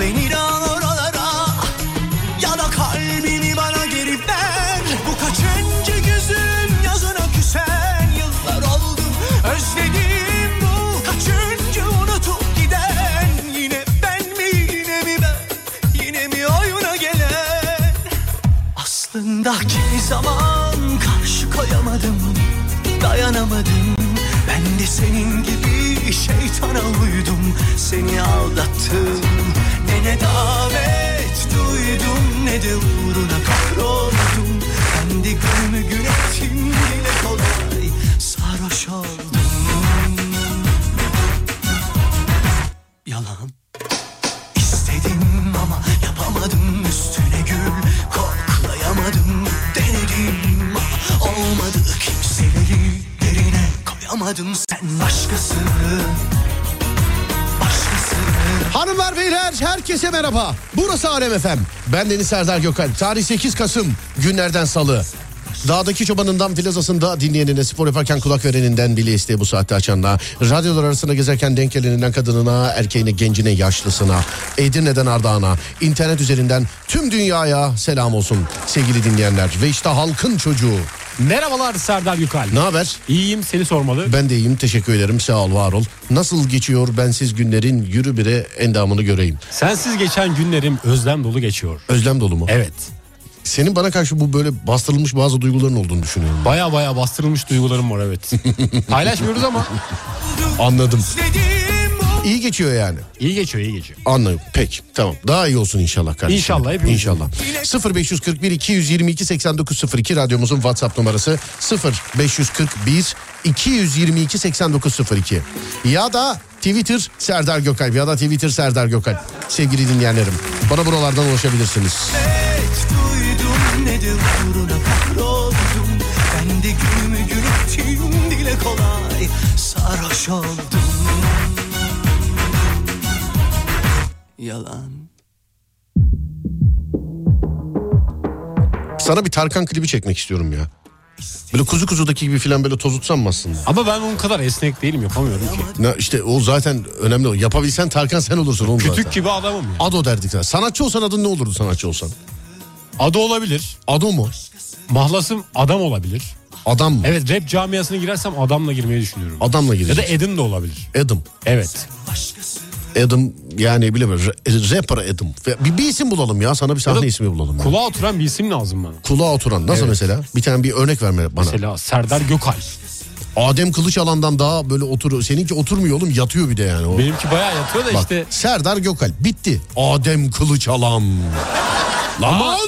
beni al oralara Ya da kalbini bana geri ver Bu kaçıncı gözüm yazına küsen Yıllar oldu özledim bu Kaçıncı unutup giden Yine ben mi yine mi ben Yine mi oyuna gelen Aslında kimi zaman karşı koyamadım Dayanamadım ben de senin gibi şeytana uydum Seni aldattım Ne ne davet duydum Ne de uğruna kahroldum Ben de günümü gün ettim Dile kolay sarhoş oldum Yalan İstedim ama yapamadım üstüne gül koklayamadım denedim ama olmadı kimseleri derine koyamadım sen başkası başkası Hanımlar beyler herkese merhaba. Burası Alem FM. Ben Deniz Serdar Gökalp. Tarih 8 Kasım günlerden salı. Dağdaki çobanından plazasında dinleyenine spor yaparken kulak vereninden bile isteği bu saatte açanına. Radyolar arasında gezerken denk geleninden kadınına, erkeğine, gencine, yaşlısına, Edirne'den Ardahan'a, internet üzerinden tüm dünyaya selam olsun sevgili dinleyenler. Ve işte halkın çocuğu. Merhabalar Serdar Yukal. Ne haber? İyiyim seni sormalı. Ben de iyiyim teşekkür ederim sağ ol var ol. Nasıl geçiyor bensiz günlerin yürü bire endamını göreyim. Sensiz geçen günlerim özlem dolu geçiyor. Özlem dolu mu? Evet. Senin bana karşı bu böyle bastırılmış bazı duyguların olduğunu düşünüyorum. Baya baya bastırılmış duygularım var evet. Paylaşmıyoruz ama. Anladım. Özledim bu İyi geçiyor yani. İyi geçiyor iyi geçiyor. Anladım. Peki tamam. Daha iyi olsun inşallah kardeşim. İnşallah, hepimiz. İnşallah. 0541 222 8902 radyomuzun WhatsApp numarası 0541 222 8902. Ya da Twitter Serdar Gökalp ya da Twitter Serdar Gökalp. Sevgili dinleyenlerim bana buralardan ulaşabilirsiniz. et duydum ne de uğruna kahroldum Ben de günümü gün ettim dile kolay sarhoş oldum Yalan Sana bir Tarkan klibi çekmek istiyorum ya. Böyle kuzu kuzudaki gibi filan böyle tozutsam mı aslında? Ama ben onun kadar esnek değilim yapamıyorum ki. Ne, işte o zaten önemli. o. Yapabilsen Tarkan sen olursun oğlum Kütük zaten. gibi adamım ya. Ado derdik sana. Sanatçı olsan adın ne olurdu sanatçı olsan? Adı olabilir. Ado mu? Mahlasım adam olabilir. Adam mı? Evet rap camiasına girersem adamla girmeyi düşünüyorum. Adamla Ya da gireceğiz. Edim de olabilir. Adam. Evet. Adam yani bilemiyorum. Ra- Rapper Adam. Ve Bir, bir isim bulalım ya. Sana bir sahne Ya da ismi bulalım. ya. Kulağa oturan bir isim lazım bana. Kulağa oturan. Nasıl mesela? Bir tane bir örnek verme bana. Mesela Serdar Gökal. Adem Kılıçalan'dan daha böyle otur. Seninki oturmuyor oğlum. Yatıyor bir de yani. O. Benimki bayağı yatıyor da Bak, işte. Serdar Gökalp. Bitti. Adem Kılıçalan. Lan! Ulan,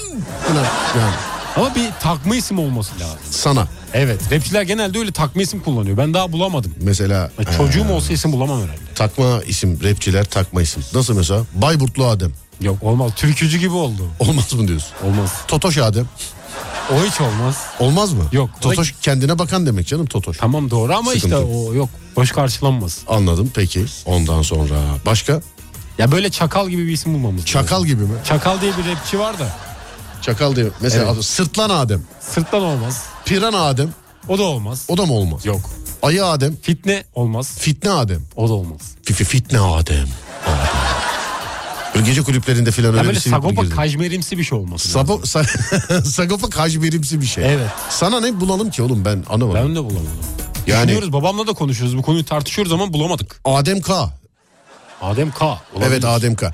yani Ama bir takma isim olması lazım. sana Evet rapçiler genelde öyle takma isim kullanıyor. Ben daha bulamadım. mesela Ya Çocuğum olsa isim bulamam herhalde. Takma isim rapçiler takma isim. Nasıl mesela? Bayburtlu Adem. Yok olmaz. Türkücü gibi oldu. Olmaz mı diyorsun? Olmaz. Totoş Adem. O hiç olmaz. Olmaz mı? Yok. Totoş kendine bakan demek canım Totoş. Tamam doğru ama Sıkıntı. işte o yok. Boş karşılanmaz. Anladım peki. Ondan sonra başka? Ya böyle çakal gibi bir isim bulmamız lazım. Çakal gibi mi? Çakal diye bir rapçi var da Çakal diye. Mesela adı Sırtlan Adem. sırttan olmaz. Piran Adem. O da olmaz. O da mı olmaz? Yok. Ayı Adem. Fitne olmaz. Fitne Adem. O da olmaz. Fifi fitne Adem. Adem. Böyle gece kulüplerinde filan Ya öyle böyle bir şey sagopa girdi. kajmerimsi bir şey olması lazım. Sabo, sa- Sagopa kajberimsi bir şey. Evet. Sana ne bulalım ki oğlum ben anlamadım. Ben de bulamadım. Yani- Yani... Düşünüyoruz babamla da konuşuyoruz. Bu konuyu tartışıyoruz ama bulamadık. Adem K. Adem K. olabilir. Evet Adem K.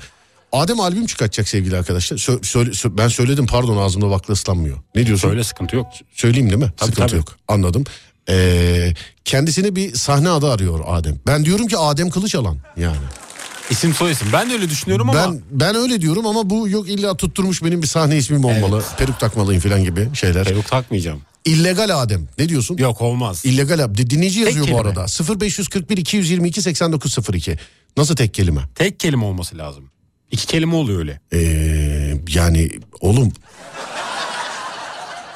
Adem albüm çıkartacak sevgili arkadaşlar. Sö- söyle- sö- ben söyledim pardon ağzımda bakla ıslanmıyor. Ne diyorsun? Söyle sıkıntı yok. Söyleyeyim değil mi? Sıkıntı tabii. yok. Anladım. Ee, kendisine bir sahne adı arıyor Adem. Ben diyorum ki Adem Kılıçalan yani. İsim soy isim. Ben de öyle düşünüyorum ama Ben ben öyle diyorum ama bu yok illa tutturmuş benim bir sahne ismim olmalı. Peruk takmalıyım falan gibi şeyler. peruk takmayacağım. İllegal Adem. Ne diyorsun? Yok olmaz. İllegal Adem. Dinleyici yazıyor bu kelime. arada. 0541 222 8902. Nasıl tek kelime? Tek kelime olması lazım. İki kelime oluyor öyle. Ee, yani oğlum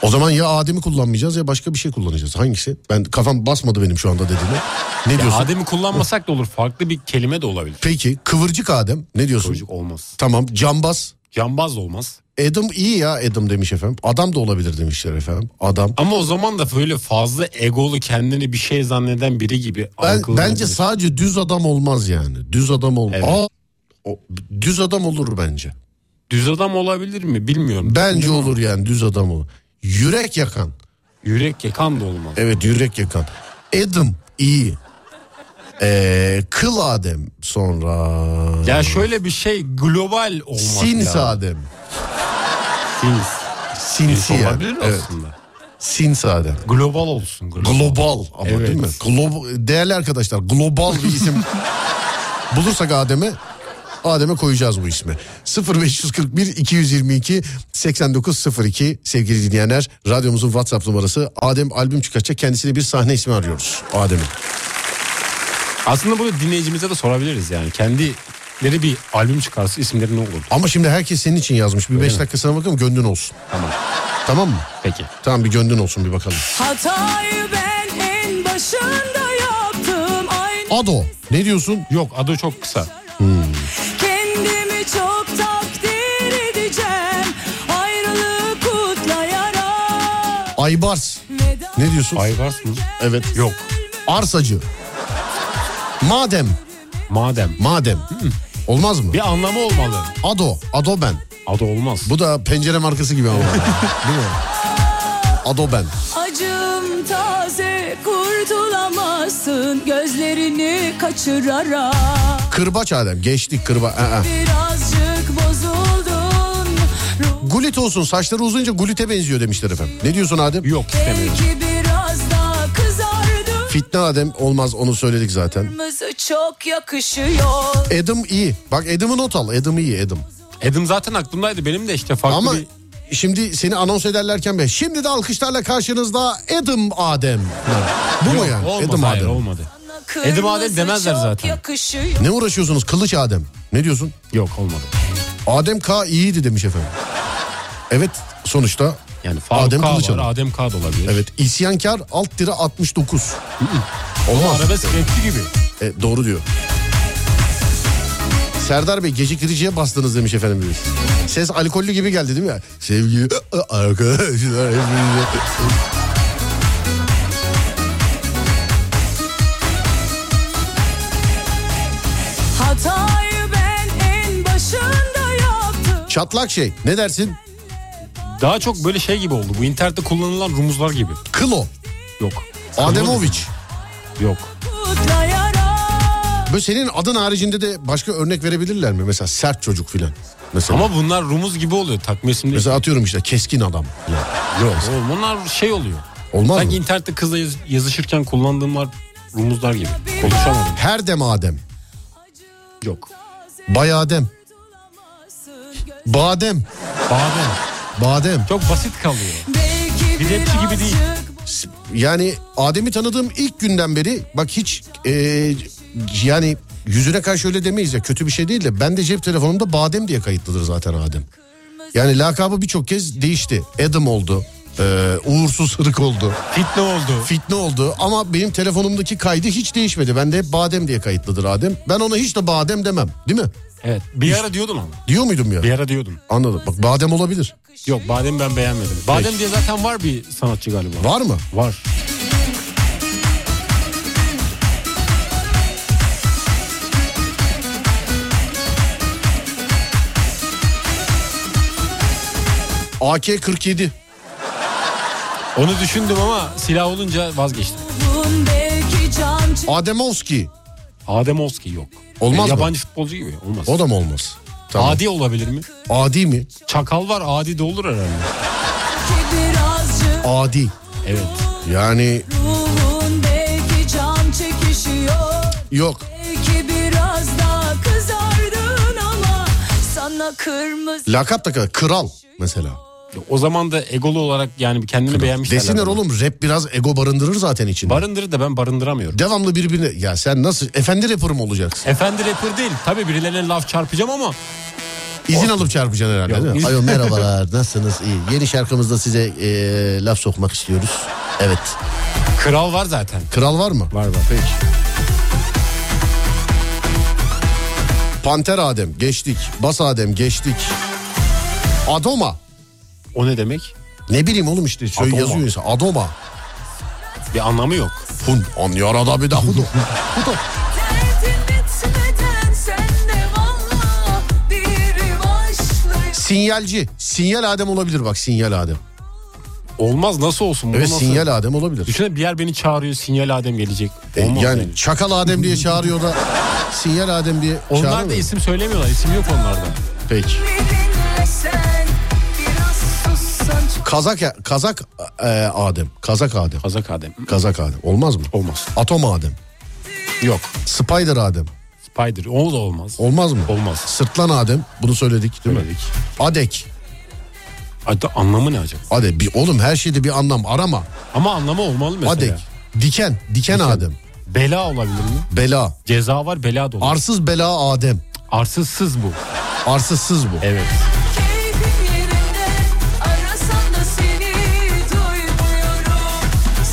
o zaman ya Adem'i kullanmayacağız ya başka bir şey kullanacağız. Hangisi? Ben kafam basmadı benim şu anda dediğime. Ne Ya diyorsun? Adem'i kullanmasak da olur. Farklı bir kelime de olabilir. Peki kıvırcık Adem ne diyorsun? Çocuk olmaz. Tamam cambaz. Cambaz da olmaz. Adam iyi ya Adam demiş efendim. Adam da olabilir demişler efendim. Adam. Ama o zaman da böyle fazla egolu kendini bir şey zanneden biri gibi. Ben, algılanabilir. bence sadece düz adam olmaz yani. Düz adam olmaz. Evet. Aa, O, düz adam olur bence. Düz adam olabilir mi bilmiyorum. Bence olur yani düz adam olur. Yürek yakan. Yürek yakan da olmaz. Evet yürek yakan. Adam iyi. Ee, kıl Adem sonra. Ya şöyle bir şey global olmak Sins lazım. Adem. Sins. Sinsi yani. olabilir Evet. aslında. Sins Adem. Global olsun. Global. Global ama Evet. değil mi? Glo- değerli arkadaşlar global bir isim bulursak Adem'e Adem'e koyacağız bu ismi. 0541 222 8902 sevgili dinleyenler radyomuzun WhatsApp numarası Adem albüm çıkartacak kendisine bir sahne ismi arıyoruz Adem'in. Aslında bunu dinleyicimize de sorabiliriz yani. Kendileri bir albüm çıkarsa isimleri ne olur? Ama şimdi herkes senin için yazmış bir 5 dakika sana bakalım gönlün olsun. Tamam. Tamam mı? Peki. Tamam bir gönlün olsun bir bakalım. Hatayı ben en başında yaptım. Aynı Ado ne diyorsun? Yok adı çok kısa. kendimi çok takdir edeceğim. Ayrılığı kutlayarak. Aybars Veda ne diyorsun? Aybars mı? Evet. Yok. Arsacı. Madem Madem. Madem. Olmaz mı? Bir anlamı olmalı. Ado. Ado ben. Adı olmaz. Bu da pencere markası gibi ama. Değil mi? Ado ben. Acım taze kurtulamazsın gözlerini kaçırarak. Kırbaç Adem. Geçtik kırba. Aa. Birazcık bozuldun. Ruh Gulit olsun. Saçları uzunca gulite benziyor demişler efendim. Ne diyorsun Adem? Yok istemiyorum. belki biraz daha kızardın. Fitne Adem olmaz onu söyledik zaten. Kırmızı çok yakışıyor. Adam iyi. Bak Adam'ı not al. Adam iyi Adam. Edim zaten aklımdaydı. Benim de işte farklı Ama bir... şimdi seni anons ederlerken be. Şimdi de alkışlarla karşınızda Adam Adem. Bu mu Yok, yani? Olmadı, Adam hayır, Adem. olmadı. Kırmızı Edim Adem demezler çok zaten. yakışıyor. Ne uğraşıyorsunuz? Kılıç Adem. Ne diyorsun? Yok olmadı. Adem K iyiydi demiş efendim. Evet sonuçta Yani Faruk Adem Adem K Kılıçalı. var, Adem K da olabilir. evet isyankar alt tire 69. Olmaz. Arabesk rapçi gibi. E, doğru diyor. Serdar Bey geciktiriciye bastınız demiş efendim birisi. Ses alkollü gibi geldi değil mi? Sevgili arkadaşlar hepinize- Hatayı ben en başında yaptım. Çatlak şey ne dersin? Daha çok böyle şey gibi oldu. Bu internette kullanılan rumuzlar gibi. Klo. Yok. Ademovic. Yok. Kutlayarak. Böyle senin adın haricinde de başka örnek verebilirler mi? Mesela sert çocuk filan. Mesela. Ama bunlar rumuz gibi oluyor takmesimde. Mesela atıyorum işte keskin adam. Yok. Oğlum, bunlar şey oluyor. Olmaz Sanki mı? internette kızla yaz- yazışırken kullandığımlar rumuzlar gibi. Konuşamadım. Her dem Adem. Yok. Bay Adem. Badem. Badem. Badem. Çok basit kalıyor. Belki Bir rapçi gibi değil. birazcık Yani Adem'i tanıdığım ilk günden beri bak hiç e, yani yüzüne karşı öyle demeyiz ya kötü bir şey değil de ben de cep telefonumda Badem diye kayıtlıdır zaten Adem. Yani lakabı birçok kez değişti. Adam oldu. e, uğursuz hırık oldu. Fitne oldu. Fitne oldu ama benim telefonumdaki kaydı hiç değişmedi. Ben de hep Badem diye kayıtlıdır Adem. Ben ona hiç de Badem demem değil mi? Evet. Bir ara diyordun ama. Diyor muydum ya? Bir ara diyordun. Anladım. Bak Badem olabilir. Yok badem ben beğenmedim. Badem diye zaten var bir sanatçı galiba. Var mı? Var. AK-47. Onu düşündüm ama silah olunca vazgeçtim. uzun, belki can Ademovski. Adem Oski yok. Olmaz mı? Yabancı futbolcu gibi olmaz. O da mı olmaz? Tamam. Adi olabilir mi? Adi mi? Çakal var adi de olur herhalde. çeki Ah. birazcık. Adi. Evet. Yani Ah. Ruhun belki can çekişiyor. yok. Belki biraz daha kızardın ama sana kırmızı Lakap da kadar. Kral mesela. O zaman da egolu olarak yani kendini beğenmiş. Desinler oğlum rap biraz ego barındırır zaten içinde. Barındırır da ben barındıramıyorum. Devamlı birbirine ya sen nasıl efendi rapper mı olacaksın? Efendi rapper değil. Tabii birilerine laf çarpacağım ama İzin alıp çarpacaksın herhalde Yok, değil mi? izin- Ayo merhabalar nasılsınız? İyi. Yeni şarkımızda size eee, laf sokmak istiyoruz. Evet. kral var zaten. Kral var mı? Var var. Peki. Panter Adem geçtik. Bas Adem geçtik. Adoma. O ne demek? Ne bileyim oğlum işte şöyle Adoma. yazıyor insan. Adoma. Bir anlamı yok. Hun on yarada bir daha hudu. Derdin bitmeden sen de valla Sinyalci. Sinyal Adem olabilir bak sinyal Adem. Olmaz nasıl olsun? Bu Evet nasıl? sinyal Adem olabilir. Düşünsene bir yer beni çağırıyor sinyal Adem gelecek. E, Olmaz yani. yani çakal Adem diye çağırıyor da sinyal Adem diye Onlar da çağırmıyor. isim söylemiyorlar. İsim yok onlarda. Peki. Dinlesen biraz sussan Kazak Kazak e, Adem. Kazak Adem. Kazak Adem. Kazak Adem. Olmaz mı? Olmaz. Atom Adem. Yok. Spider Adem. Spider. O da olmaz. Olmaz mı? Olmaz. Sırtlan Adem. Bunu söyledik değil mi? Demedik. Adek. Hatta anlamı ne acaba? Adem. Bir, oğlum her şeyde bir anlam arama. Ama anlamı olmalı mesela. Adek. Diken. Diken Adem. Bela olabilir mi? Bela. Ceza var bela da olur. Arsız bela Adem. Arsızsız bu. Arsızsız bu. Evet. Keyfim yerinde Arasan da seni duymuyorum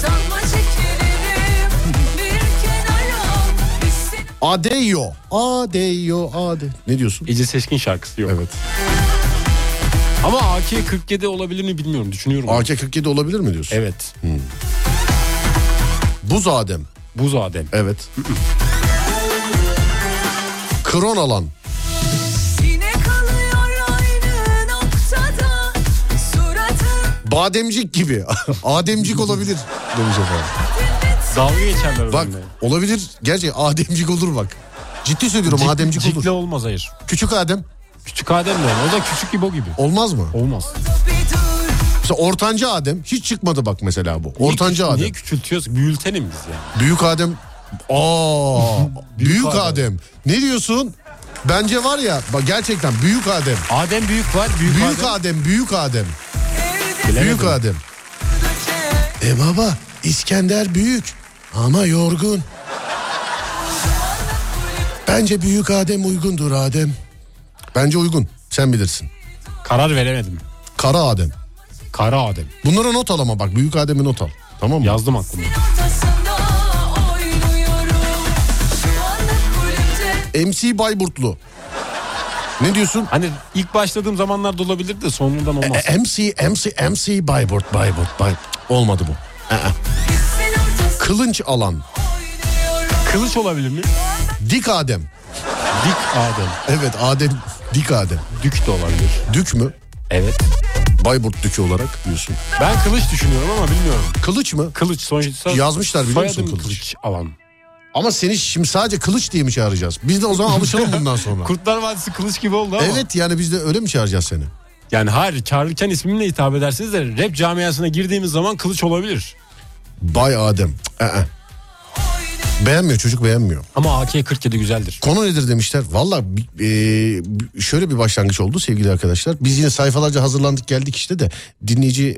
Sanma çekilirim Bir kenara Biz seni Adeyo. Adeyo Ade. Ne diyorsun? İyice Seçkin şarkısı yok. Evet. Ama AK-47 olabilir mi bilmiyorum. Düşünüyorum. AK-47 olabilir mi diyorsun? evet. Buz Adem. Buz Adem. Evet. Kron alan. Yine kalıyor aynı noktada Suratın Bademcik gibi. Ademcik olabilir. Demiş efendim. Dalga geçerler Bak onunla. olabilir. Gerçi Ademcik olur bak. Ciddi söylüyorum Ademcik olur. Cikle olmaz hayır. Küçük Adem Küçük Adem de olur. O da küçük İbo gibi. olmaz mı? Olmaz. bir dur Mesela ortanca Adem hiç çıkmadı bak mesela bu. Ortanca niye, Adem. Niye küçültüyoruz? Büyültenim biz yani. Büyük Adem. Aa, büyük, Büyük Adem. Adem. Ne diyorsun? Bence var ya bak gerçekten büyük Adem. Adem büyük var. Büyük, Büyük Adem. Adem, büyük Adem. evde Büyük Adem. E baba İskender büyük ama yorgun. Bence büyük Adem uygundur Adem. Bence uygun. Sen bilirsin. Karar veremedim. Kara Adem. Kara Adem. Bunlara not al ama bak büyük Adem'i not al. Tamam mı? Yazdım aklıma. ortasında oynuyorum Şu anda kulüpte MC Bayburtlu. Ne diyorsun? Hani ilk başladığım zamanlarda olabilir de sonradan olmaz. E, MC, MC, MC Bayburt, Bayburt, Bayburt. Olmadı bu. Sen ortasında Kılınç alan. oynuyorum e, Kılıç olabilir mi? Dik Adem. Dik Adem. Evet Adem, Dik Adem. Dük de olabilir. Dük mü? Evet. Bayburt dükü olarak diyorsun. Ben kılıç düşünüyorum ama bilmiyorum. Kılıç mı? Kılıç sonuçta... Yazmışlar biliyor musun Soyadım kılıç? alan. Ama seni şimdi sadece kılıç diye mi çağıracağız? Biz de o zaman alışalım bundan sonra. Kurtlar Vadisi kılıç gibi oldu ama. evet yani biz de öyle mi çağıracağız seni? Yani hayır çağırırken ismimle hitap edersiniz de rap camiasına girdiğimiz zaman kılıç olabilir. Bay Adem. Cık, ee. Beğenmiyor çocuk beğenmiyor. Ama AK-47 güzeldir. Konu nedir demişler. Valla e, şöyle bir başlangıç oldu sevgili arkadaşlar. Biz yine sayfalarca hazırlandık geldik işte de dinleyici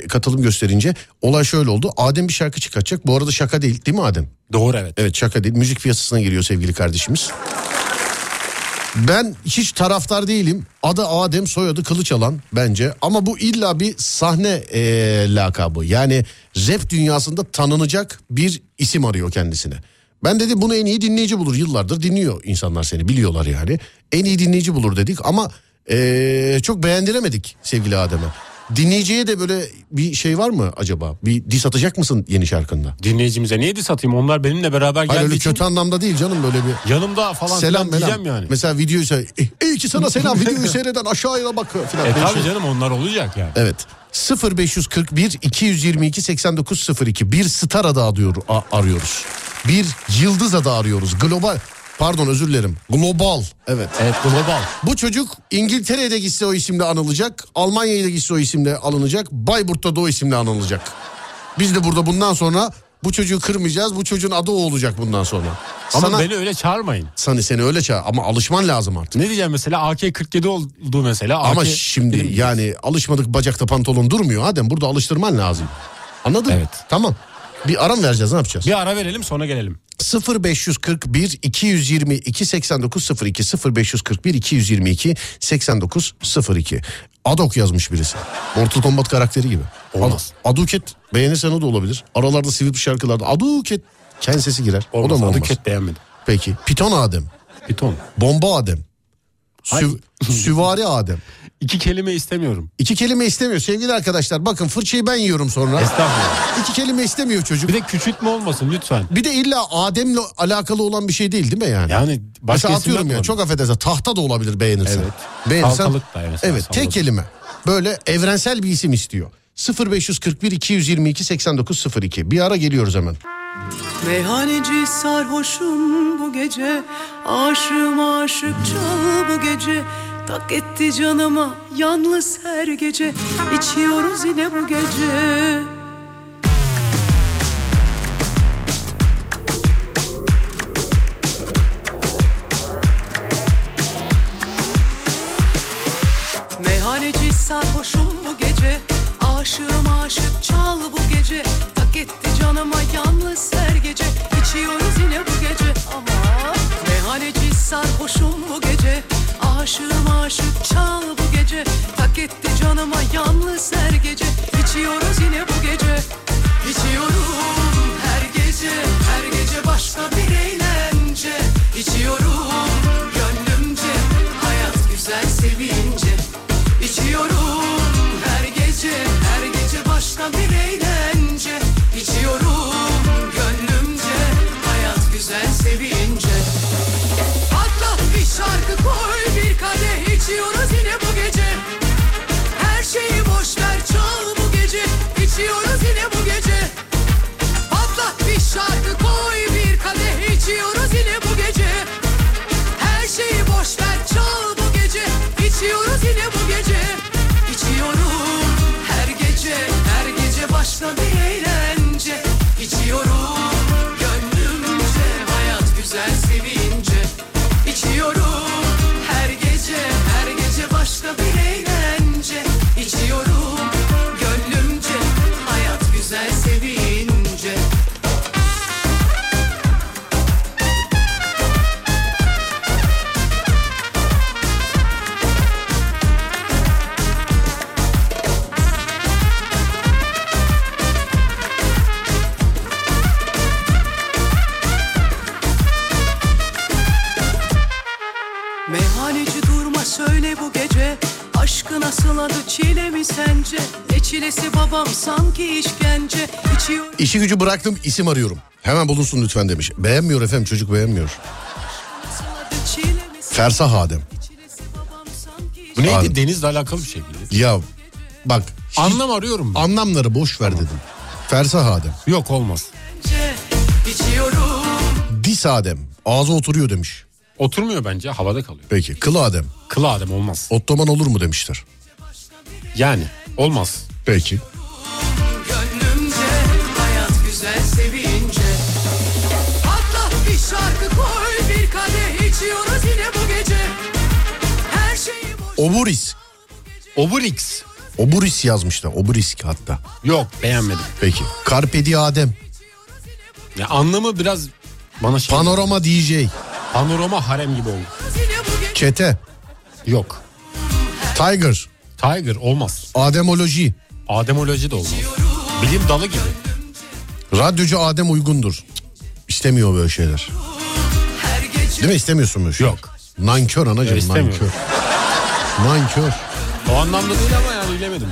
e, katılım gösterince olay şöyle oldu. Adem bir şarkı çıkartacak. Bu arada şaka değil değil mi Adem? Doğru evet. Evet şaka değil. Müzik piyasasına giriyor sevgili kardeşimiz. Ben hiç taraftar değilim. Adı Adem soyadı kılıç alan bence. Ama bu illa bir sahne eee, lakabı. Yani rap dünyasında tanınacak bir isim arıyor kendisine. Ben dedi bunu en iyi dinleyici bulur. Yıllardır dinliyor insanlar seni biliyorlar yani. En iyi dinleyici bulur dedik ama eee, çok beğendiremedik sevgili Adem'e. Dinleyiciye de böyle bir şey var mı acaba? Bir diss atacak mısın yeni şarkında? Dinleyicimize niye diss atayım? Onlar benimle beraber Hayır geldiği öyle için kötü anlamda değil canım böyle bir yanımda falan selam selam melam. diyeceğim yani. Mesela videoyu seyre- e, iyi ki sana selam videoyu seyreden aşağıya bak filan. E Böyle tabii şey. canım onlar olacak yani. Evet. 0541 222 8902 bir star adı arıyor, a- arıyoruz. Bir yıldız adı arıyoruz. Global pardon özür dilerim. Global. Evet. Evet global. Bu çocuk İngiltere'ye de gitse o isimle anılacak. Almanya'ya da gitse o isimle alınacak. Bayburt'ta da o isimle anılacak. Biz de burada bundan sonra bu çocuğu kırmayacağız. Bu çocuğun adı o olacak bundan sonra. Ama Sana- beni öyle çağırmayın. Sani seni öyle çağır ama alışman lazım artık. Ne diyeceğim mesela AK-47 oldu mesela. Ama AK şimdi yani alışmadık bacakta pantolon durmuyor Adem burada alıştırman lazım. Anladın? Evet. Tamam. Bir aram vereceğiz ne yapacağız? Bir ara verelim sonra gelelim. 0541 222 8902 0541 222 8902 Adok yazmış birisi. Mortal Kombat karakteri gibi. Olmaz. Ad- Aduket beğenirsen o da olabilir. Aralarda sivilip şarkılarda Aduket ken sesi girer. Olmaz, o da mı olmaz? Aduket beğenmedim. Peki. Piton Adem. Bir ton. Bomba Adem. Hayır. Sü- süvari Adem. İki kelime istemiyorum. İki kelime istemiyor sevgili arkadaşlar. Bakın fırçayı ben yiyorum sonra. Estağfurullah. İki kelime istemiyor çocuk. Bir de küçültme olmasın lütfen. Bir de illa Adem'le alakalı olan bir şey değil değil mi yani? Yani başka Mesela isim atıyorum ya yapmadım. çok affedersin tahta da olabilir beğenirsen. Evet. Beğenirsen. Salatalık da yani mesela, Evet tek salatalık. kelime. Böyle evrensel bir isim istiyor. 0541 222 8902. Bir ara geliyoruz hemen. Meyhaneci sarhoşum bu gece Aşığım aşık çal bu gece Tak etti canıma yalnız her gece içiyoruz yine bu gece Meyhaneci sarhoşum bu gece Aşığım aşık çal bu gece Tak etti canıma yalnız her gece İçiyoruz yine bu gece ama Meyhaneci sarhoşum bu gece Aşığım aşık çal bu gece Tak etti canıma yalnız her gece İçiyoruz yine bu gece İçiyorum her gece Her gece başka bir eğlence İçiyorum gönlümce Hayat güzel sevince İçiyorum her gece Her gece başka bir eğlence İçiyorum gönlümce Hayat güzel sevince Patlat bir şarkı koy bir kadeh içiyoruz yine bu gece Her şeyi boş ver çal bu gece İçiyoruz yine bu gece Patlat bir şarkı koy bir kadeh içiyoruz yine bu gece her şeyi boş ver çal bu gece İçiyoruz yine bu gece İçiyorum her gece Her gece başka bir eğlence İçiyorum gönlümce Hayat güzel sevince İçiyorum her gece Her gece başka bir eğlence İçiyorum gönlümce Hayat güzel sevince Meyhaneci durma söyle bu gece Aşkı nasıl adı çile mi sence Ne çilesi babam sanki işkence İçiyor İşi gücü bıraktım isim arıyorum. Hemen bulunsun lütfen demiş. Beğenmiyor efendim çocuk beğenmiyor. nasıl adı çile mi sence Fersah Adem. Ne çilesi babam sanki Bu neydi? Abi. Denizle alakalı bir şey miydi? Ya bak hiç- Anlam arıyorum ben. anlamları boş ver dedim. Fersah Adem. Yok olmaz. işkence İçiyorum Dis Adem. Ağza oturuyor demiş. Oturmuyor bence havada kalıyor. Peki kıl Adem. Kıl Adem olmaz. Ottoman olur mu demişler. Yani olmaz. Peki. gönlümce Hayat güzel sevince Patlat bir şarkı koy bir kadeh içiyoruz yine bu gece Her şeyi boş Oburis. Obrix. Oburis yazmışlar. Oburis hatta. Yok beğenmedim. Peki. Karpedi Adem. Ya anlamı biraz bana şey. Panorama DJ. Panorama harem gibi oldu. yine bu gece Çete. Yok. Tiger. Tiger olmaz. Ademoloji. Ademoloji de olmaz. Bilim dalı gibi. Radyocu Adem uygundur. Cık, İstemiyor böyle şeyler. her gece Değil mi istemiyorsun böyle şeyler? Yok. Nankör anacığım Ya, istemiyorum. nankör. Nankör. O anlamda değil ama yani bilemedim.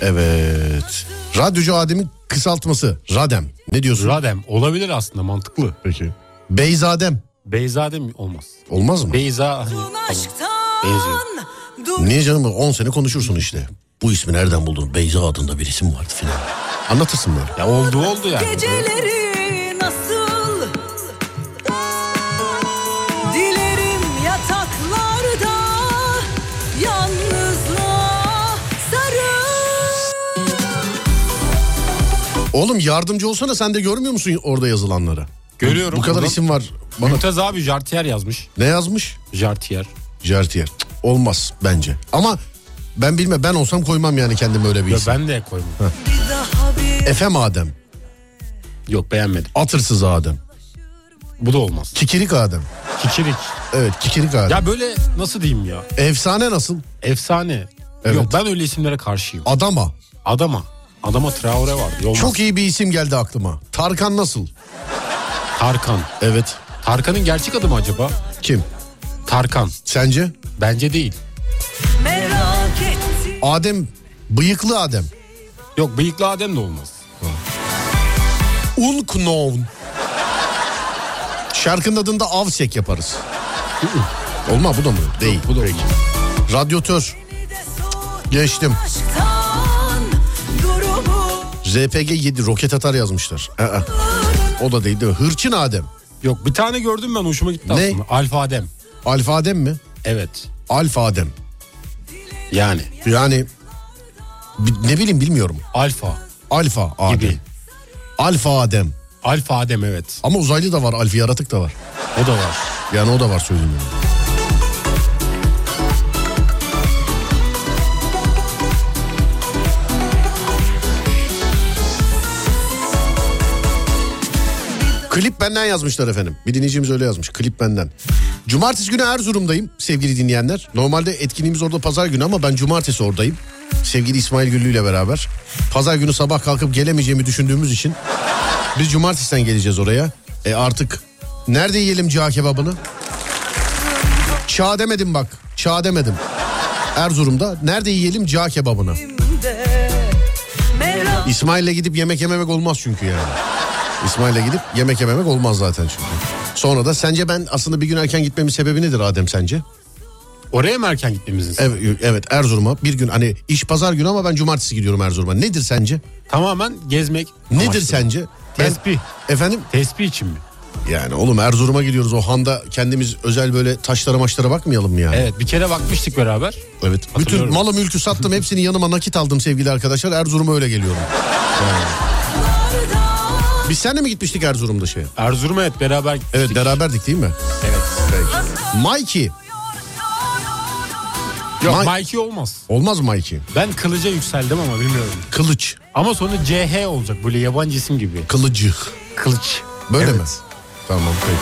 Evet. Radyocu Adem'in kısaltması. Radem. Ne diyorsun? Radem olabilir aslında mantıklı. Peki. Beyzadem. Beyzadem olmaz. Olmaz mı? Beyza hani benziyor. Niye canım? 10 sene konuşursun işte. Bu ismi nereden buldun? Beyza adında bir isim vardı filan. Anlatırsın böyle. Ya oldu oldu yani. Geceleri nasıl Dilerim yataklarda Yalnızlığa sarıl Oğlum yardımcı olsana sen de görmüyor musun orada yazılanları? Görüyorum. Bu kadar Buradan- isim var. Bana Mümtaz abi Jartier yazmış. ne yazmış? Jartier. Jartier. Cık, Olmaz bence. Ama ben bilme ben olsam koymam yani kendime öyle bir Ya isim. ben de koymam. bir daha bir Efem Adem. Yok beğenmedim. Atırsız Adem. Bu da olmaz. Kikirik Adem. Kikirik. Evet kikirik Adem. Ya böyle nasıl diyeyim ya? Efsane nasıl? Efsane. Evet. Yok ben öyle isimlere karşıyım. Adama. Adama. Adama Traore var. Yolmaz. Çok iyi bir isim geldi aklıma. Tarkan nasıl? Tarkan. Evet. Tarkan'ın gerçek adı mı acaba? Kim? Tarkan. Sence? Bence değil. Merak Adem bıyıklı Adem. Yok bıyıklı Adem de olmaz. Unknown. Şarkının adında avsek yaparız. Olma bu da mı? Değil. Bu da olmaz. Radyatör. Geçtim. RPG 7 roket atar yazmışlar. Aa, o da değil değil mi? Hırçın Adem. Yok bir tane gördüm ben hoşuma gitti Ne? aslında. Alfa Adem. Alfa Adem mi? Evet. Alfa Adem. Yani Yani bi- ne bileyim bilmiyorum. Alfa Alfa Adem. gibi. Alfa Adem. Alfa Adem evet. Ama uzaylı da var, alfi yaratık da var. O da var. Yani o da var söyleyeyim. yani. Klip benden yazmışlar efendim. Bir dinleyicimiz öyle yazmış. Klip benden. Cumartesi günü Erzurum'dayım sevgili dinleyenler. Normalde etkinliğimiz orada pazar günü ama ben cumartesi oradayım. Sevgili İsmail Güllü ile beraber. Pazar günü sabah kalkıp gelemeyeceğimi düşündüğümüz için biz cumartesiden geleceğiz oraya. E artık nerede yiyelim cağ kebabını? Çağ demedim bak. Çağ demedim. Erzurum'da nerede yiyelim cağ kebabını? İsmail'le gidip yemek yememek olmaz çünkü yani. İsmail'le gidip yemek yememek olmaz zaten çünkü. Sonra da sence ben aslında bir gün erken gitmemin sebebi nedir Adem sence? Oraya mı erken gitmemizin? Evet, evet Erzurum'a bir gün hani iş pazar günü ama ben cumartesi gidiyorum Erzurum'a. Nedir sence? Tamamen gezmek. Nedir amaçlı. sence? Ben- Tespih. Efendim? Tespih için mi? Yani oğlum Erzurum'a gidiyoruz o handa kendimiz özel böyle taşlara maçlara bakmayalım mı yani? Evet bir kere bakmıştık beraber. Evet. Bütün Hatırlıyorum. malı mülkü sattım hepsini yanıma nakit aldım sevgili arkadaşlar Erzurum'a öyle geliyorum. Yani. Biz seninle mi gitmiştik Erzurum'da şeye? Erzurum'a evet beraber gitmiştik. Evet beraberdik değil mi? Evet. Mikey. Yok Ma- Mikey olmaz. Olmaz mı Mikey? Ben kılıca yükseldim ama bilmiyorum. Kılıç. Ama sonu CH olacak böyle yabancı isim gibi. Kılıcı. Kılıç. Böyle Evet. mi? Tamam peki.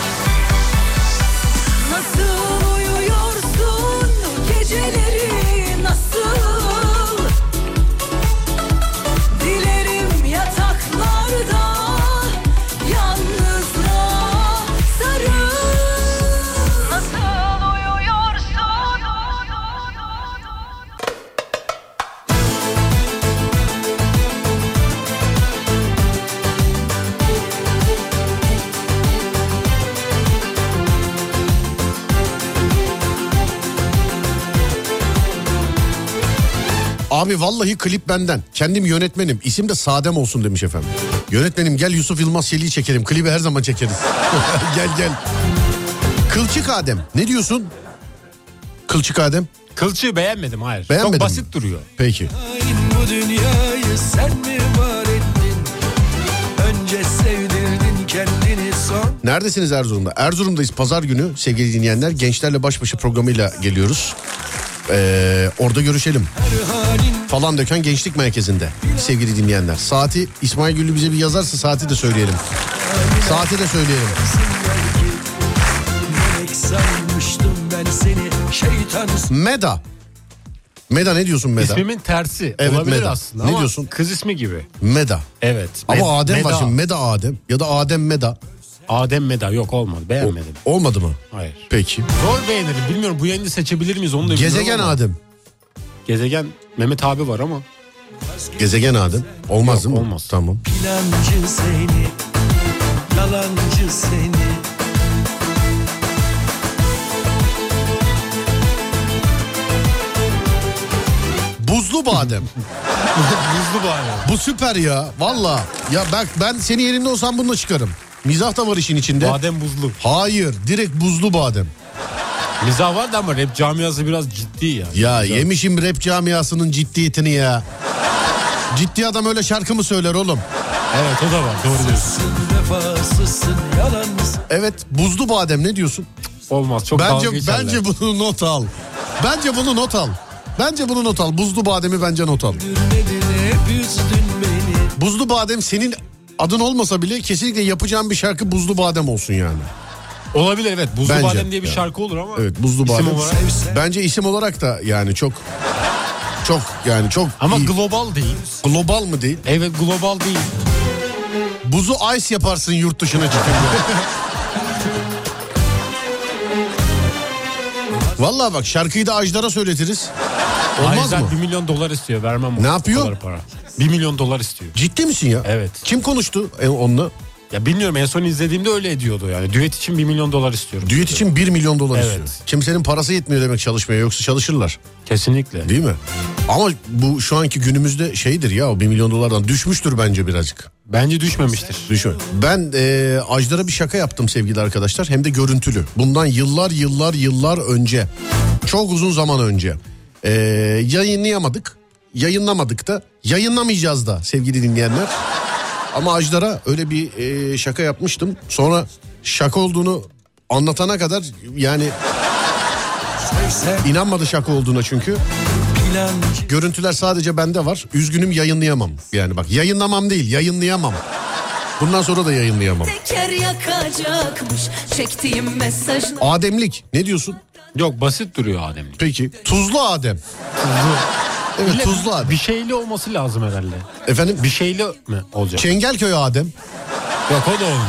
Nasıl uyuyorsun geceleri nasıl? Dilerim yataklarda yalnızlığa sarıl. Nasıl uyuyorsun? Abi vallahi klip benden. Kendim yönetmenim. İsim de Sadem olsun demiş efendim. Yönetmenim gel Yusuf Yılmaz Şeli'yi çekelim. Klibi her zaman çekeriz. gel gel. Kılçık Adem. Ne diyorsun? Kılçık Adem. Kılıcı beğenmedim hayır. Beğenmedin Çok basit mi? duruyor. Peki. Bu dünyayı sen mi var ettin? Önce sevdirdin kendini son Neredesiniz Erzurum'da? Erzurum'dayız pazar günü sevgili dinleyenler. Gençlerle baş başa programıyla geliyoruz. Ee, orada görüşelim. halin Falan döken gençlik merkezinde sevgili dinleyenler. Saati İsmail Güllü bize bir yazarsa saati de söyleyelim. Saati de söyleyelim. melek sanmıştım ben seni şeytan Meda. Meda ne diyorsun Meda? İsmimin tersi Evet, olabilir Meda. aslında Ne ama diyorsun? kız ismi gibi. Meda. Evet. Ama Med- Adem var Meda. şimdi. Meda Adem. Ya da Adem Meda. Adem Meda yok olmadı beğenmedim. Olmadı mı? Hayır. Peki. Zor beğenirim bilmiyorum bu yayını seçebilir miyiz onu da bilmiyorum Gezegen ama. Adem. Gezegen Mehmet abi var ama. Gezegen Adem. Olmaz Yok, değil mi? olmaz. Tamam. plancı seni yalancı seni Buzlu Badem. Buzlu bari. Bu süper ya. Valla. Ya bak ben senin yerinde olsam bunu da çıkarım. Mizah da var işin içinde. Badem buzlu. Hayır. Direkt buzlu badem. Mizah var da ama rap camiası biraz ciddi yani. Ya Mizah. yemişim rap camiasının ciddiyetini ya. Ciddi adam öyle şarkı mı söyler oğlum? Evet o da var doğru diyorsun. Sen vefasızsın yalancısın Evet buzlu badem ne diyorsun? Olmaz çok bence dalga geçerler. bence bunu not al. Bence bunu not al. Bence bunu not al. Buzlu bademi bence not al. Dürmedin hep üzdün beni Buzlu badem senin adın olmasa bile kesinlikle yapacağım bir şarkı buzlu badem olsun yani. Olabilir evet buzlu Bence. badem diye bir Yani. şarkı olur ama. Evet buzlu isim badem. olarak- Bence isim olarak da yani çok çok yani çok Ama iyi. global değil. global mı değil? Evet global değil. Buzu ice yaparsın yurt dışına çıkınca. Vallahi bak şarkıyı da Ajdar'a söyletiriz. Hayır, Olmaz zaten mı? 1 milyon dolar istiyor vermem. o Ne yapıyor? kadar Para. 1 milyon dolar istiyor. Ciddi misin ya? Evet. Kim konuştu e, onunla? Ya bilmiyorum en son izlediğimde öyle ediyordu yani. Düet için 1 milyon dolar istiyorum. Düet için 1 milyon dolar Evet. istiyor. Kimsenin parası yetmiyor demek çalışmaya yoksa çalışırlar. Kesinlikle. Değil mi? Ama bu şu anki günümüzde şeydir ya o 1 milyon dolardan düşmüştür bence birazcık. Bence düşmemiştir. Düşme. Ben e, Ajdar'a bir şaka yaptım sevgili arkadaşlar. Hem de görüntülü. Bundan yıllar yıllar yıllar önce. Çok uzun zaman önce. E, yayınlayamadık. Yayınlamadık da. Yayınlamayacağız da sevgili dinleyenler. Ama Ajdar'a öyle bir e, şaka yapmıştım. Sonra şaka olduğunu anlatana kadar yani inanmadı şaka olduğuna çünkü. Görüntüler sadece bende var. Üzgünüm yayınlayamam. Yani bak yayınlamam değil yayınlayamam. Bundan sonra da yayınlayamam. Teker yakacakmış çektiğim mesaj Ademlik ne diyorsun? Yok basit duruyor Adem'in. Peki tuzlu Adem. Evet tuzlu Adem. Bir şeyli olması lazım herhalde. Efendim Bir şeyli mi olacak? Çengelköy Adem. Yok o da olmaz.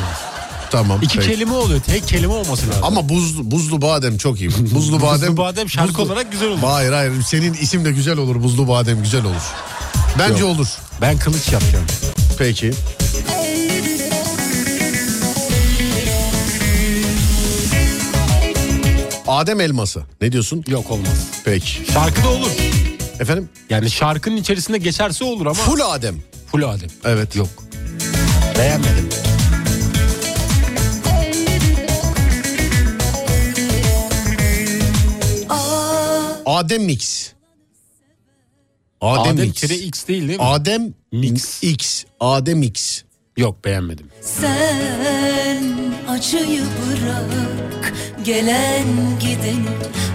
Tamam. İki peki. kelime oluyor. Tek kelime olması lazım. Ama buzlu, buzlu badem çok iyi. Buzlu badem. Buzlu badem şarkı olarak güzel olur. Hayır hayır senin isim de güzel olur. Buzlu badem güzel olur. Bence olur. Ben kılıç yapacağım. Peki. Adem elması. Ne diyorsun? Yok olmaz. Peki. Şarkı da olur. Efendim? Yani şarkının içerisinde geçerse olur ama full, Full Adem. Adem. Evet. Yok. Beğenmedim. Adem Mix. Adem, Adem, Mix. kere X değil değil mi? Adem Mix. X. Adem X. Yok beğenmedim. Sen acıyı bırak gelen giden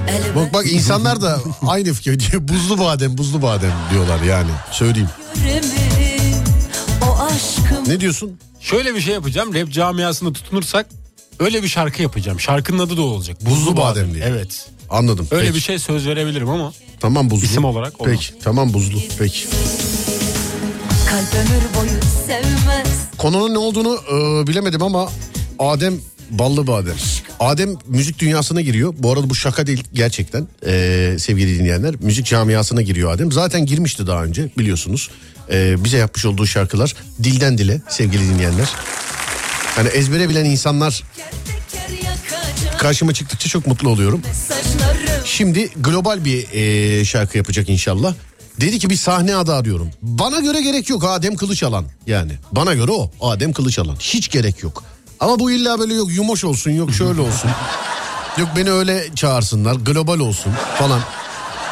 elbet Bak bak insanlar da aynı fikir diyor. Buzlu badem, buzlu badem diyorlar yani. Söyleyeyim. göremedim o aşkım Ne diyorsun? Şöyle bir şey yapacağım. Rap camiasında tutunursak öyle bir şarkı yapacağım. Şarkının adı da o olacak. Buzlu badem diye. Evet. Anladım. Öyle Peki. bir şey söz verebilirim ama Tamam buzlu. İsim olarak olmaz. Peki. Tamam buzlu. Peki. kalp ömür boyu sevmez Konunun ne olduğunu e, bilemedim ama Adem ballı badem. Adem müzik dünyasına giriyor. Bu arada bu şaka değil gerçekten e, sevgili dinleyenler. Müzik camiasına giriyor Adem. Zaten girmişti daha önce biliyorsunuz. E, bize yapmış olduğu şarkılar dilden dile sevgili dinleyenler. Yani ezbere bilen insanlar teker yakacak karşıma çıktıkça çok mutlu oluyorum. saçlarım Şimdi global bir e, şarkı yapacak inşallah. Dedi ki bir sahne adı arıyorum. Bana göre gerek yok Adem Kılıçalan yani. Bana göre o Adem Kılıçalan. Hiç gerek yok. Ama bu illa böyle yok yumoş olsun yok şöyle olsun. yok beni öyle çağırsınlar global olsun falan.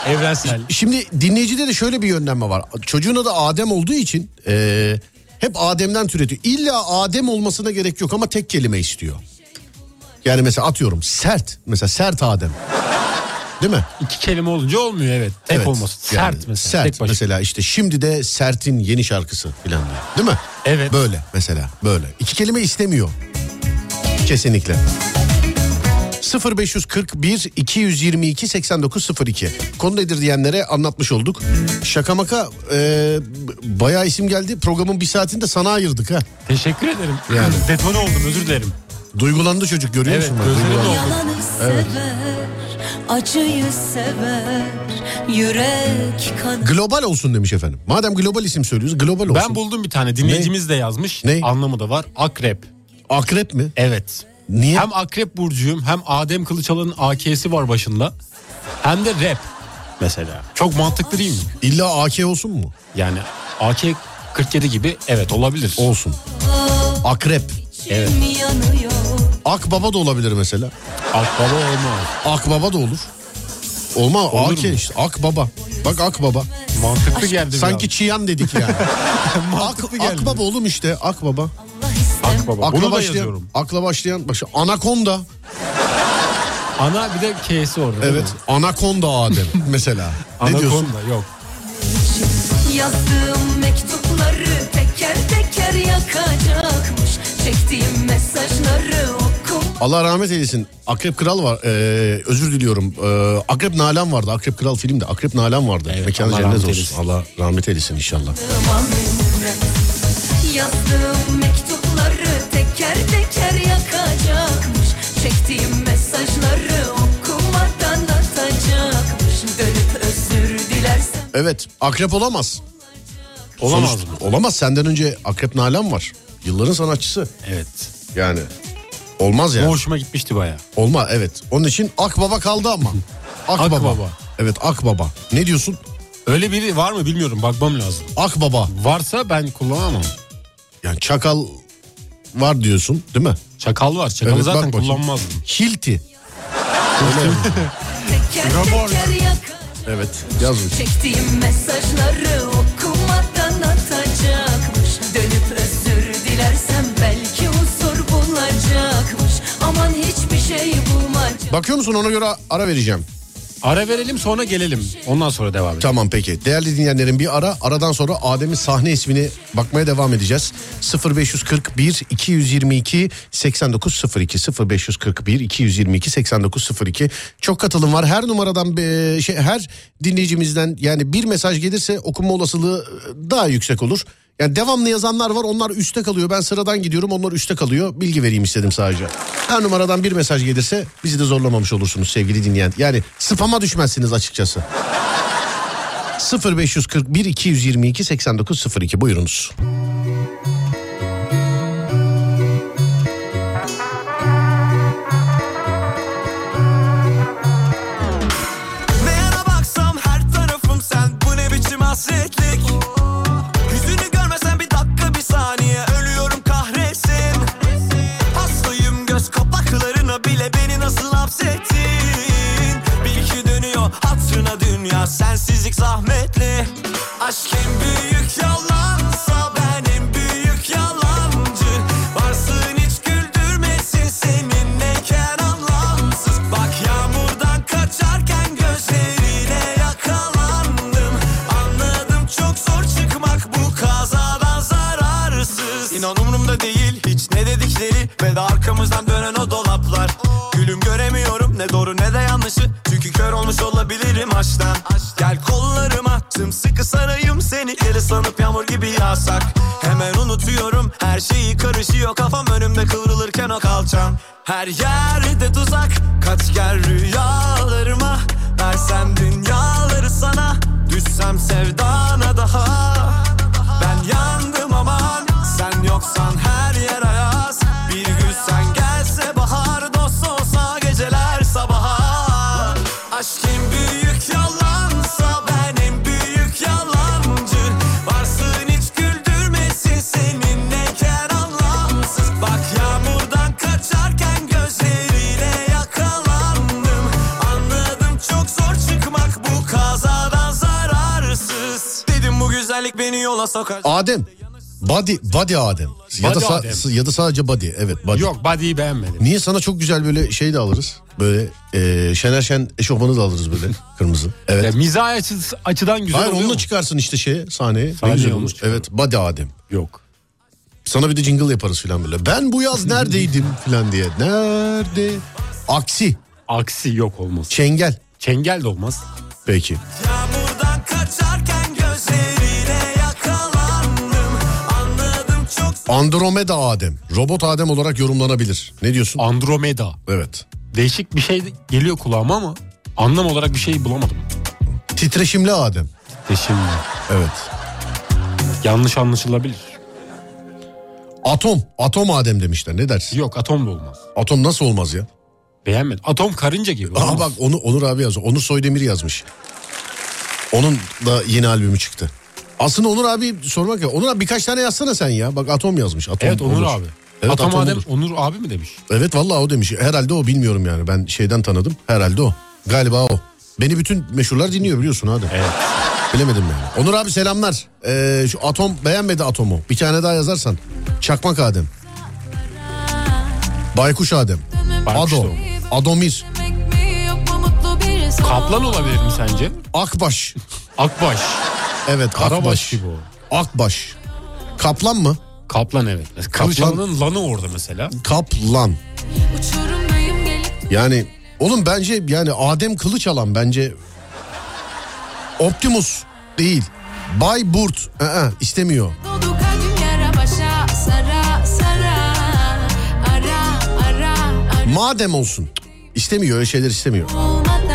evrensel. Şimdi dinleyicide de şöyle bir yönlenme var. Çocuğun adı Adem olduğu için e, hep Adem'den türetiyor. İlla Adem olmasına gerek yok ama tek kelime istiyor. Yani mesela atıyorum sert. Mesela sert Adem. Değil mi? İki kelime olunca olmuyor evet. Tek Evet, olması. yani sert mesela. Sert tek başına. mesela işte şimdi de Sert'in yeni şarkısı filan diyor. Değil mi? Evet. Böyle mesela böyle. İki kelime istemiyor. Kesinlikle. 0541 222 8902 konu nedir diyenlere anlatmış olduk. Şaka maka e, bayağı isim geldi. Programın bir saatini de sana ayırdık ha. Teşekkür ederim. Yani. Detone oldum özür dilerim. Duygulandı çocuk görüyor Evet musun? bak? gözlerim Duygulandı. doldu. yalanı sever acıyı sever yürek kanı Global olsun demiş efendim. Madem global isim söylüyoruz global olsun. Ben buldum bir tane dinleyicimiz de yazmış. Ne? Anlamı da var. Akrep. Akrep mi? Evet. Niye? Hem Akrep Burcu'yum hem Adem Kılıçalan'ın AK'si var başında. Hem de rap mesela. Çok mantıklı değil mi? İlla AK olsun mu? Yani AK 47 gibi evet olabilir. Olsun. Akrep. Evet. kim yanıyor Akbaba da olabilir mesela. Akbaba olmaz. Akbaba da olur. Olma Olur AK mu? işte. Akbaba. Bak akbaba. Mantıklı geldi. Sanki biraz. çiyan dedik yani. Ak, Mantıklı geldi. akbaba oğlum işte. Akbaba. Akbaba. Akla Bunu da başlayan, yazıyorum. akla başlayan başa, anakonda. Ana bir de K'si orada. değil Evet. mi? Anakonda Adem mesela. ne diyorsun? Anakonda yok. Yazdığım mektupları teker teker yakacakmış Çektiğim mesajları okum Allah rahmet eylesin. Akrep Kral var. Ee, özür diliyorum. Ee, Akrep Nalan vardı. Akrep Kral filmde. Akrep Nalan vardı. Evet, Mekanı Allah cennet rahmet olsun. eylesin. Allah rahmet eylesin inşallah. amimre Yazdığım mektupları teker teker yakacakmış Çektiğim mesajları okumadan atacakmış Dönüp özür diler Evet akrep olamaz. Olamaz Sonuç- mı? Olamaz senden önce akrep Nalan var. Yılların sanatçısı Evet. yani. Olmaz yani. O hoşuma gitmişti baya. Olma evet. Onun için Akbaba kaldı ama. Akbaba. Akbaba. Evet Akbaba. Ne diyorsun? Öyle biri var mı bilmiyorum bakmam lazım. Akbaba. Varsa ben kullanamam. Yani çakal var diyorsun değil mi? Çakal var. Çakalı Evet, E, zaten bak bakayım. kullanmazdım. Hilti. Teker teker yakar Evet yazmış. Çektiğim mesajları okumadan atacakmış Dönüp özür dilersem belki huzur bulacakmış Aman hiçbir şey bulmaca Bakıyor musun ona göre ara vereceğim. Ara verelim sonra gelelim. Ondan sonra devam edelim. Tamam peki. Değerli dinleyenlerin bir ara. Aradan sonra Adem'in sahne ismini bakmaya devam edeceğiz. 0541 222 8902 0541 222 8902 Çok katılım var. Her numaradan bir şey her dinleyicimizden yani bir mesaj gelirse okuma olasılığı e, daha yüksek olur. Yani devamlı yazanlar var onlar üstte kalıyor. Ben sıradan gidiyorum onlar üstte kalıyor. Bilgi vereyim istedim sadece. Her numaradan bir mesaj gelirse bizi de zorlamamış olursunuz sevgili dinleyen. Yani spama düşmezsiniz açıkçası. 0541 222 8902 buyurunuz. Neyine baksam her tarafım sen Bu ne biçim hasretlik Yüzünü görmesen bir dakika bir saniye Ölüyorum kahretsin Hastayım göz kapaklarına bile Beni nasıl hapsettin Bil ki dönüyor hatırına dünya Sensizlik zahmetli Aşk en büyük yalansa Ben en büyük yalancı Varsın hiç güldürmesin Seninleyken anlamsız Bak yağmurdan kaçarken Gözlerine yakalandım Anladım çok zor çıkmak Bu kazadan zararsız İnan umurumda değil hiç ne dedikleri Ve de arkamızdan dönen o dolaplar Gülüm göremiyorum ne doğru ne de yanlışı Çünkü kör olmuş olabilirim aşktan Gel kollarıma sımsıkı sarayım seni Deli sanıp yağmur gibi yağsak Hemen unutuyorum her şeyi karışıyor Kafam önümde kıvrılırken o kalçam Her yerde tuzak kaç gel rüyalarıma Versem dünyaları sana Düşsem sevdana daha ben yandım aman sen yoksan her yer ayaz Bir gün sen gelse bahar dost olsa geceler sabaha Aşk en büyük yalansa ben en büyük yalancı Varsın hiç güldürmesin seninleyken anlamsız Bak yağmurdan kaçarken gözlerine yakalandım Anladım çok zor çıkmak bu kazadan zararsız Dedim bu güzellik beni yola sokacak Adem. Body, body Adem. ya da Body sa- Adem. ya da sadece body. Evet body. Yok body'yi beğenmedim. Niye sana çok güzel böyle şey de alırız? Böyle eee Şener Şen eşofmanı da alırız böyle kırmızı. Evet. Ya, mizah açı- açıdan güzel Hayır oluyor onunla mu? çıkarsın işte şeye sahneye. Ne Sahneye güzel onu olur. çıkarım. Evet body Adem. Yok. Sana bir de jingle yaparız filan böyle. Ben bu yaz neredeydim filan diye. Nerede? Aksi. Aksi yok olmaz. Çengel. Çengel de olmaz. Peki. Yağmurdan kaçarken gözlerine yakalandım Anladım çok Andromeda Adem. Robot Adem olarak yorumlanabilir. Ne diyorsun? Andromeda. evet. Değişik bir şey geliyor kulağıma ama anlam olarak bir şey bulamadım. Titreşimli Adem. Şimdi Evet. yanlış anlaşılabilir. Atom. Atom Adem demişler. Ne dersin? Yok atom da olmaz. Atom nasıl olmaz ya? Beğenmedim. Atom karınca gibi. Aa olmaz. bak onu Onur abi yazıyor. Onur Soydemir yazmış. Onun da yeni albümü çıktı. Aslında Onur abi sormak ya. Onur abi birkaç tane yazsana sen ya. Bak Atom yazmış. Atom, Evet Onur olur. abi. Evet, Atom, Atom Adem olur. Onur abi mi demiş? Evet vallahi o demiş. Herhalde o bilmiyorum yani. Ben şeyden tanıdım. Herhalde o. Galiba o. Beni bütün meşhurlar dinliyor biliyorsun Adem. Evet. Bilemedim yani. Onur abi selamlar. Ee, şu Atom beğenmedi Atom'u. Bir tane daha yazarsan. Çakmak Adem. Baykuş Adem. Baykuş da Ado. olmaz. Adomir. Demek mi yok mu mutlu bir son? Kaplan olabilir mi sence? Akbaş. Akbaş. Evet Karabaş Akbaş. gibi o. Akbaş. Kaplan mı? Kaplan evet. Kılıçalanın lanı orada mesela. Kaplan. Uçurumdayım gelip Yani oğlum bence yani Adem Kılıç alan bence Optimus değil. Bay Burt Aa, istemiyor. doğdu kalbim yara başa Sara sara Ara ara ara Madem olsun. İstemiyor öyle şeyler istemiyor. olmadan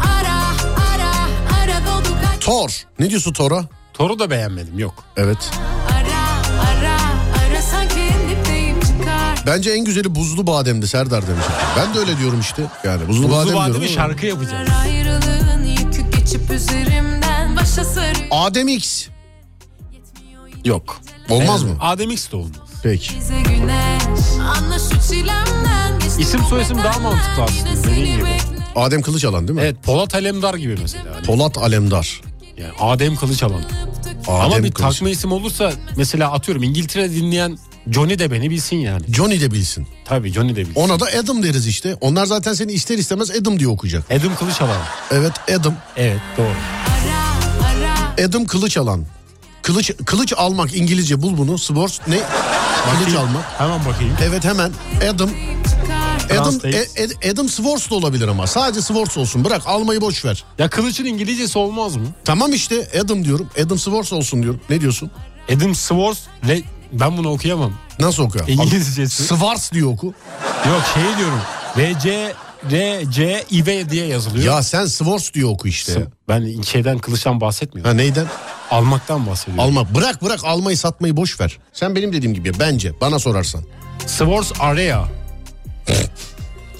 Ara ara ara doğdu kalbim Thor. Ne diyorsun Thor'a? Thor'u da beğenmedim yok. Evet. Ara ara ara sanki dipteyim çıkar Bence en güzeli buzlu bademdi Serdar demiş. Ben de öyle diyorum işte. Yani buzlu, badem Buzlu diyorum Badem'i ama- şarkı yapacağız. Ayrılığın yükü geçip üzerimden başa sarı Adem X. Yok. Olmaz mı? Adem X de olmaz. Peki. bize güneş Anla şu çilemden geçtim İsim soyisim daha mantıklı aslında, dediğin gibi. Adem Kılıçalan değil mi? Evet Polat Alemdar gibi mesela. Hani, Polat Alemdar. yani Adem Kılıçalan. Adem Ama bir Kılıç- takma isim olursa mesela atıyorum İngiltere dinleyen Johnny de beni bilsin yani. Johnny de bilsin. Tabii Johnny de bilsin. Ona da Adam deriz işte. Onlar zaten seni ister istemez Adam diye okuyacak. Adam Kılıçalan. Evet Adam. Evet doğru. Adam Kılıçalan. Kılıç kılıç almak İngilizce bul bunu. Sports ne? kılıç almak. Hemen bakayım. Evet hemen Adam Adam Translate. E- Ed- Adam Swartz da olabilir ama sadece Swartz olsun. Bırak almayı boş ver. Ya Kılıç'ın İngilizcesi olmaz mı? Tamam işte Adam diyorum. Adam Swartz olsun diyorum. Ne diyorsun? Adam Swartz ve ben bunu okuyamam. Nasıl okuyor? İngilizcesi. Swartz diye oku. Yok şey diyorum. VC RC İve diye yazılıyor. Ya sen Swartz diye oku işte. Ben şeyden kılıçtan bahsetmiyorum. Ha neyden? Almaktan bahsediyorum. Alma. Bırak bırak almayı satmayı boş ver. Sen benim dediğim gibi yap, bence bana sorarsan. Swords Area.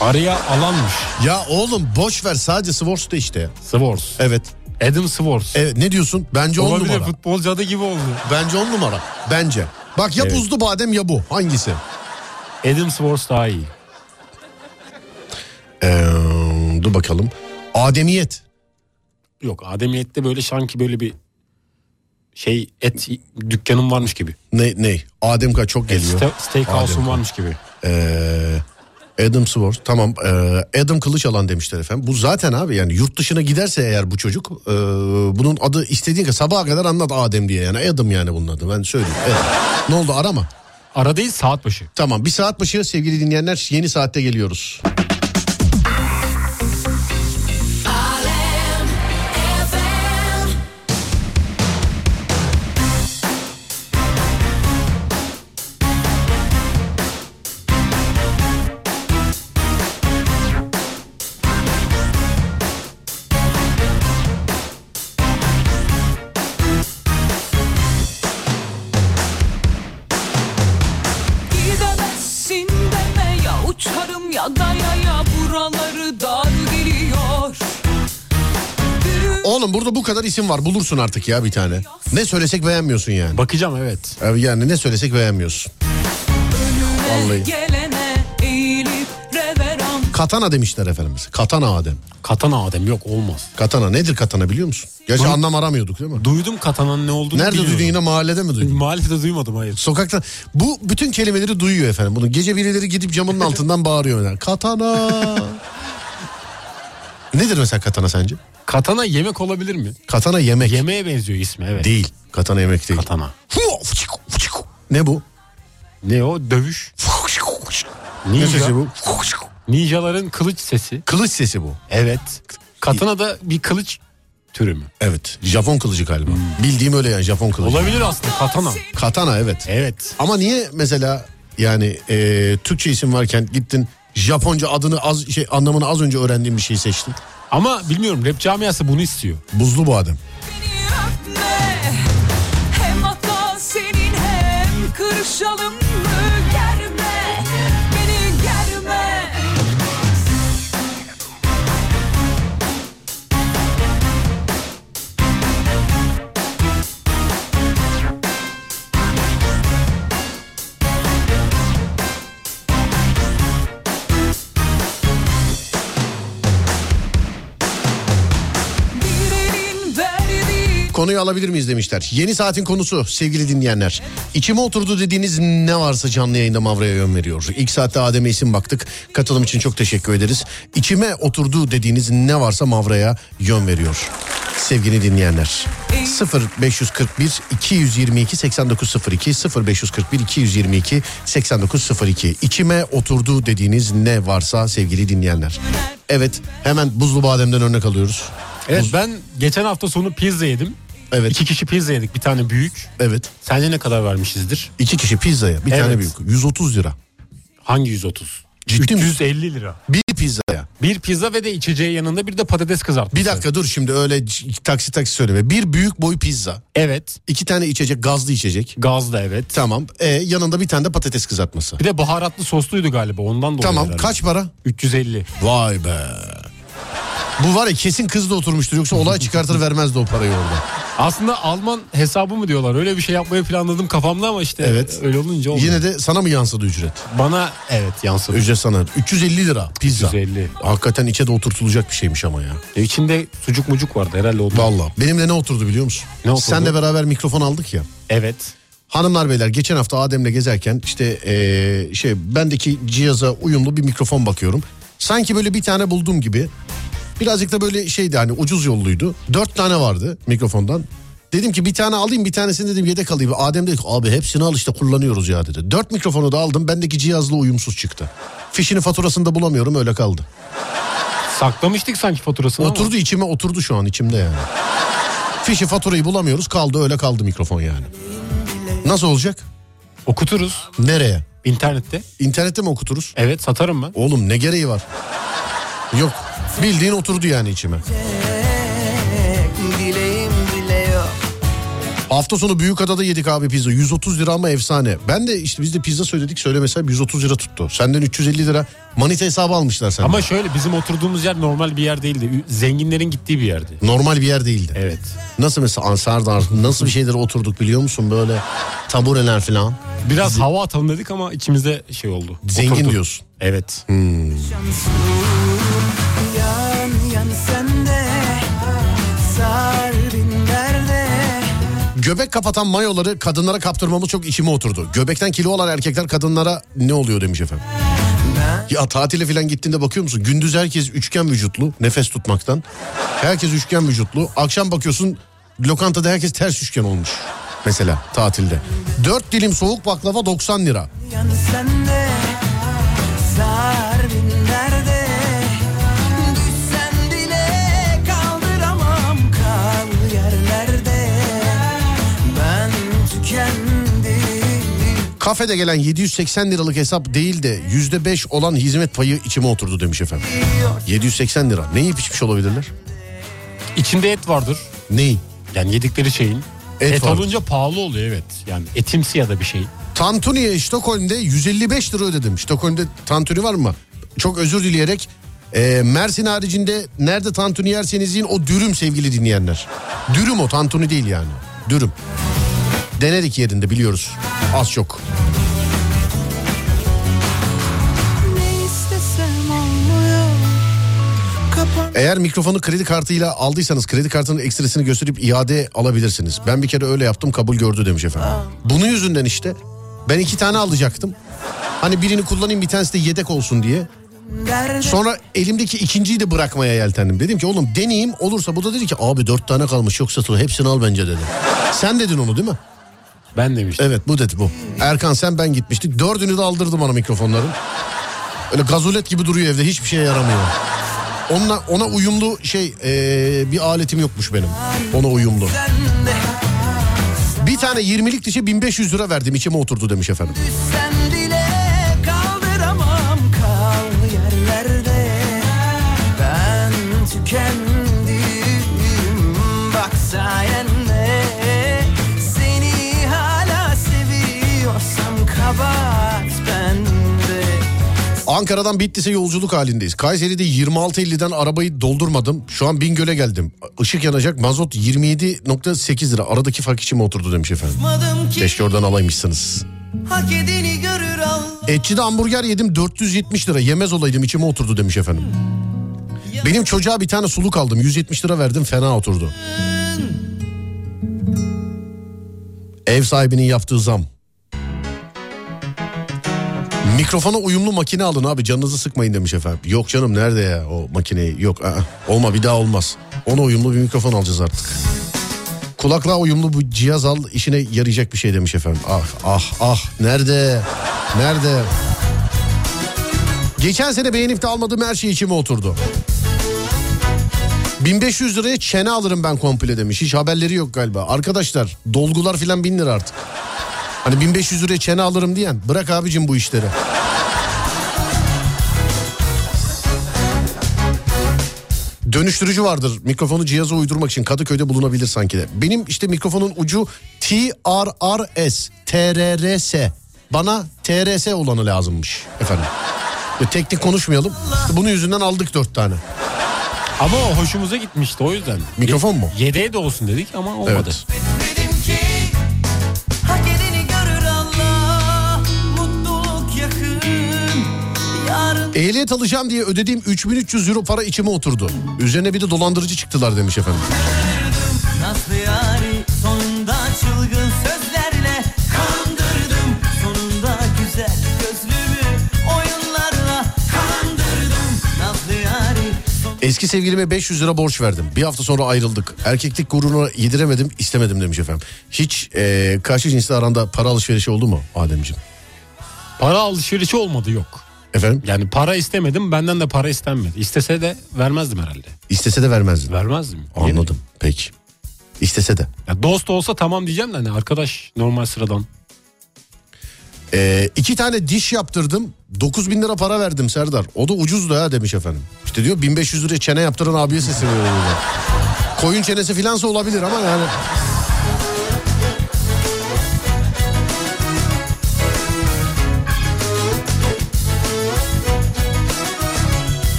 Area alanmış. Ya oğlum boş ver sadece Swartz de işte. Swords. Evet. Adam Swords. Evet ne diyorsun? Bence on Olabilir numara. futbolcu adı gibi oldu. Bence on numara. Bence. Bak ya Evet. buzlu badem ya bu. Hangisi? Adam Swords daha iyi. Ee, dur bakalım. Ademiyet. Yok Ademiyet'te böyle sanki böyle bir şey et dükkanım varmış gibi. Ne ne? Adem Ka çok geliyor. Ste- Steakhouse'um Adem. varmış gibi. Ee, Adam Swartz. Tamam. ee, Adam Kılıçalan demişler efendim. Bu zaten abi yani yurt dışına giderse eğer bu çocuk ee, bunun adı istediğin kadar sabaha kadar anlat Adem diye yani. Adam yani bunun adı. Ben söyleyeyim. Evet. ne oldu arama. Ara değil saat başı. Tamam bir saat başı sevgili dinleyenler yeni saatte geliyoruz. Gidemezsin deme ya uçarım ya dayaya buraları dar geliyor. Oğlum burada bu kadar isim var bulursun artık ya bir tane. Ne söylesek beğenmiyorsun yani. Bakacağım evet. Abi Yani ne söylesek beğenmiyorsun. Vallahi. Gelene eğilip reveran Katana demişler efendimiz. Katana Adem. Katana Adem yok olmaz. Katana nedir katana biliyor musun? Gerçi Bunu- anlam aramıyorduk değil mi? Duydum katananın ne olduğunu Nerede bilmiyorum. duydun yine mahallede mi duydun? Maalesef duymadım hayır. Sokakta bu bütün kelimeleri duyuyor efendim. Bunu gece birileri gidip camının altından bağırıyor. Yani. Katana. Nedir mesela katana sence? Katana yemek olabilir mi? Katana yemek. Yemeğe benziyor ismi evet. Değil. Katana yemek değil. Katana. Ne bu? Ne o? Dövüş. Ne Ninja. sesi bu? Ninjaların kılıç sesi. Kılıç sesi bu. Evet. Katana da bir kılıç türü mü? Evet. Japon kılıcı galiba. Bildiğim öyle yani Japon kılıcı. Hmm. Olabilir aslında katana. Katana evet. Evet. Ama niye mesela yani e, Türkçe isim varken gittin Japonca adını az şey anlamını az önce öğrendiğim bir şeyi seçtin. Ama bilmiyorum rap camiası bunu istiyor. Buzlu bu adam. beni öpme Hem hata senin hem kırışalım mı germe Beni germe Birinin verdiği Konuyu alabilir miyiz demişler. Yeni saatin konusu sevgili dinleyenler. İçime oturdu dediğiniz ne varsa canlı yayında Mavra'ya yön veriyor. İlk saatte Adem'e isim baktık. Katılım için çok teşekkür ederiz. İçime oturdu dediğiniz ne varsa Mavra'ya yön veriyor. Sevgili dinleyenler 0541 222 8902 0541 222 8902 İçime oturdu dediğiniz ne varsa sevgili dinleyenler. Evet hemen buzlu bademden örnek alıyoruz. Evet Buz- ben geçen hafta sonu pizza yedim. Evet. İki kişi pizza yedik bir tane büyük. Evet. Sence ne kadar vermişizdir? İki kişi pizzaya bir Evet. tane büyük. 130 lira. Hangi 130? Ciddi mi? 350 lira. Bir pizzaya. Bir pizza ve de içeceği yanında bir de patates kızartması. Bir dakika dur şimdi öyle c- taksi taksi söyleme. Bir büyük boy pizza. Evet. iki tane içecek gazlı içecek. Gaz da evet. Tamam. E, yanında bir tane de patates kızartması. Bir de baharatlı sosluydu galiba ondan dolayı. Tamam herhalde. kaç para? 350. Vay be. Bu var ya kesin kız da oturmuştur yoksa olay çıkartır vermezdi o parayı orada. Aslında Alman hesabı mı diyorlar? Öyle bir şey yapmayı planladım kafamda ama işte Evet. öyle olunca olmadı. Yine de sana mı yansıdı ücret? bana evet yansıdı. Ücret sana. 350 lira pizza. 350. Hakikaten içe de oturtulacak bir şeymiş ama ya. E, İçinde sucuk mucuk vardı herhalde oldu. Valla. Benimle ne oturdu biliyor musun? Ne oturdu? Senle beraber mikrofon aldık ya. Evet. Hanımlar beyler geçen hafta Adem'le gezerken işte eee, şey bendeki cihaza uyumlu bir mikrofon bakıyorum. Sanki böyle bir tane buldum gibi. Birazcık da böyle şeydi hani ucuz yolluydu. Dört tane vardı mikrofondan. Dedim ki bir tane alayım bir tanesini dedim yedek alayım. Adem dedi ki abi hepsini al işte kullanıyoruz ya dedi. Dört mikrofonu da aldım bendeki cihazla uyumsuz çıktı. Fişini faturasını da bulamıyorum öyle kaldı. Saklamıştık sanki faturasını ama. Oturdu içime oturdu şu an içimde yani. Fişi faturayı bulamıyoruz kaldı öyle kaldı mikrofon yani. Nasıl olacak? Okuturuz Nereye? internette. İnternette mi okuturuz? Evet satarım ben. Oğlum ne gereği var? Yok. Bildiğin oturdu yani içime. Dileğim bile yok Hafta sonu Büyükada'da yedik abi pizza. 130 lira ama efsane. Ben de işte biz de pizza söyledik söylemesem 130 lira tuttu. Senden 350 lira manita hesabı almışlar senden. Ama şöyle bizim oturduğumuz yer normal bir yer değildi. Ü- Zenginlerin gittiği bir yerdi. Normal bir yer değildi. Evet. Nasıl mesela Ansardar nasıl bir şeylere oturduk biliyor musun böyle tabureler falan. Biraz hava atalım dedik ama içimizde şey oldu. Zengin Oturdu. diyorsun. Evet. Yan yan sende Sar bin derde Göbek kapatan mayoları kadınlara kaptırmamız çok içime oturdu. Göbekten kilo olan erkekler kadınlara ne oluyor demiş efendim. Ya tatile falan gittiğinde bakıyor musun? Gündüz herkes üçgen vücutlu nefes tutmaktan. Herkes üçgen vücutlu. Akşam bakıyorsun lokantada herkes ters üçgen olmuş. Mesela tatilde. 4 dilim soğuk baklava 90 lira. Yan sende Sar bin derde Düşsem bile kaldıramam Kal yerlerde Ben tükendim Kafede gelen 780 liralık hesap değil de %5 olan hizmet payı içime oturdu demiş efendim. 780 lira. Ne yiyip içmiş olabilirler? İçinde et vardır. Neyi? Yani yedikleri şeyin. Et Et, vardır. olunca pahalı oluyor evet. Yani etimsi ya da bir şey. Tantuni'ye Stockholm'de 155 lira ödedim. Stockholm'de tantuni var mı? Çok özür dileyerek e, Mersin haricinde nerede tantuni yerseniz yiyin o dürüm sevgili dinleyenler. Dürüm o tantuni değil yani. Dürüm. Denedik yerinde biliyoruz. Az çok. Ne istesem olmuyor Kapan Eğer mikrofonu kredi kartıyla aldıysanız kredi kartının ekstresini gösterip iade alabilirsiniz. Ben bir kere öyle yaptım kabul gördü demiş efendim. Bunun yüzünden işte ben iki tane alacaktım. Hani birini kullanayım bir tanesi de yedek olsun diye. derde Sonra elimdeki ikinciyi de bırakmaya yeltendim. Dedim ki oğlum deneyeyim olursa bu da dedi ki abi dört tane kalmış yoksa satılır hepsini al bence dedi. Sen dedin onu değil mi? Ben demiştim. Evet bu dedi bu. Erkan sen ben gitmiştik. Dördünü de aldırdı bana mikrofonların. Öyle gazolet gibi duruyor evde hiçbir şeye yaramıyor. Onunla, ona uyumlu şey eee, bir aletim yokmuş benim. Ona uyumlu. Bir tane 20'lik dişe 1500 lira verdim içime oturdu demiş efendim. Düşsem bile kaldıramam Kal yerlerde Ben tükendim Bak sayende Seni hala seviyorsam Kabahat bende Ankara'dan Bitlis'e yolculuk halindeyiz. Kayseri'de 26.50'den arabayı doldurmadım. Şu an Bingöl'e geldim. Işık yanacak mazot 27.8 lira. Aradaki fark içime oturdu demiş efendim. Madım ki Keşke oradan alaymışsınız. hak edeni görür Allah Etçide hamburger yedim 470 lira. Yemez olaydım içime oturdu demiş efendim. Benim çocuğa bir tane suluk aldım. 170 lira verdim fena oturdu. Ev sahibinin yaptığı zam. Mikrofona uyumlu makine alın abi canınızı sıkmayın demiş efendim. Yok canım nerede ya o makineyi yok aa, olma bir daha olmaz. Ona uyumlu bir mikrofon alacağız artık. Kulaklığa uyumlu bu cihaz al işine yarayacak bir şey demiş efendim. Ah ah ah nerede nerede? Geçen sene beğenip de almadığım her şey içime oturdu. 1500 liraya çene alırım ben komple demiş. Hiç haberleri yok galiba. Arkadaşlar dolgular filan 1000 lira artık. Hani 1500 liraya çene alırım diyen bırak abicim bu işleri. dönüştürücü vardır. Mikrofonu cihaza uydurmak için Kadıköy'de bulunabilir sanki de. Benim işte mikrofonun ucu TRRS, TRRS. Bana TRS olanı lazımmış efendim. Ya teknik konuşmayalım. Bunun yüzünden aldık dört tane. Ama o hoşumuza gitmişti o yüzden. Mikrofon mu? Yedeğe de olsun dedik ama olmadı. Evet. Dedim ki hak edeni görür Allah mutluluk yakın yarın Ehliyet alacağım diye ödediğim 3300 euro para içime oturdu. Üzerine bir de dolandırıcı çıktılar demiş efendim. nasıl yari sonunda çılgın sözlerle kandırdım sonunda güzel gözlümü oyunlarla kandırdım nasıl yari Eski sevgilime 500 lira borç verdim. Bir hafta sonra ayrıldık. Erkeklik gururunu yediremedim, istemedim demiş efendim. Hiç eee, karşı cinsle aranda para alışverişi oldu mu Ademciğim? Para alışverişi olmadı yok. Efendim? Yani para istemedim benden de para istenmedi. İstese de vermezdim herhalde. İstese de vermezdin. Vermezdim. Anladım. Peki. İstese de. Ya dost olsa tamam diyeceğim de hani arkadaş normal sıradan. Ee, iki tane diş yaptırdım. 9 bin lira para verdim Serdar. O da ucuzdu ha demiş efendim. İşte diyor 1500 liraya çene yaptıran abiye sesleniyor. Koyun çenesi filansa olabilir ama yani.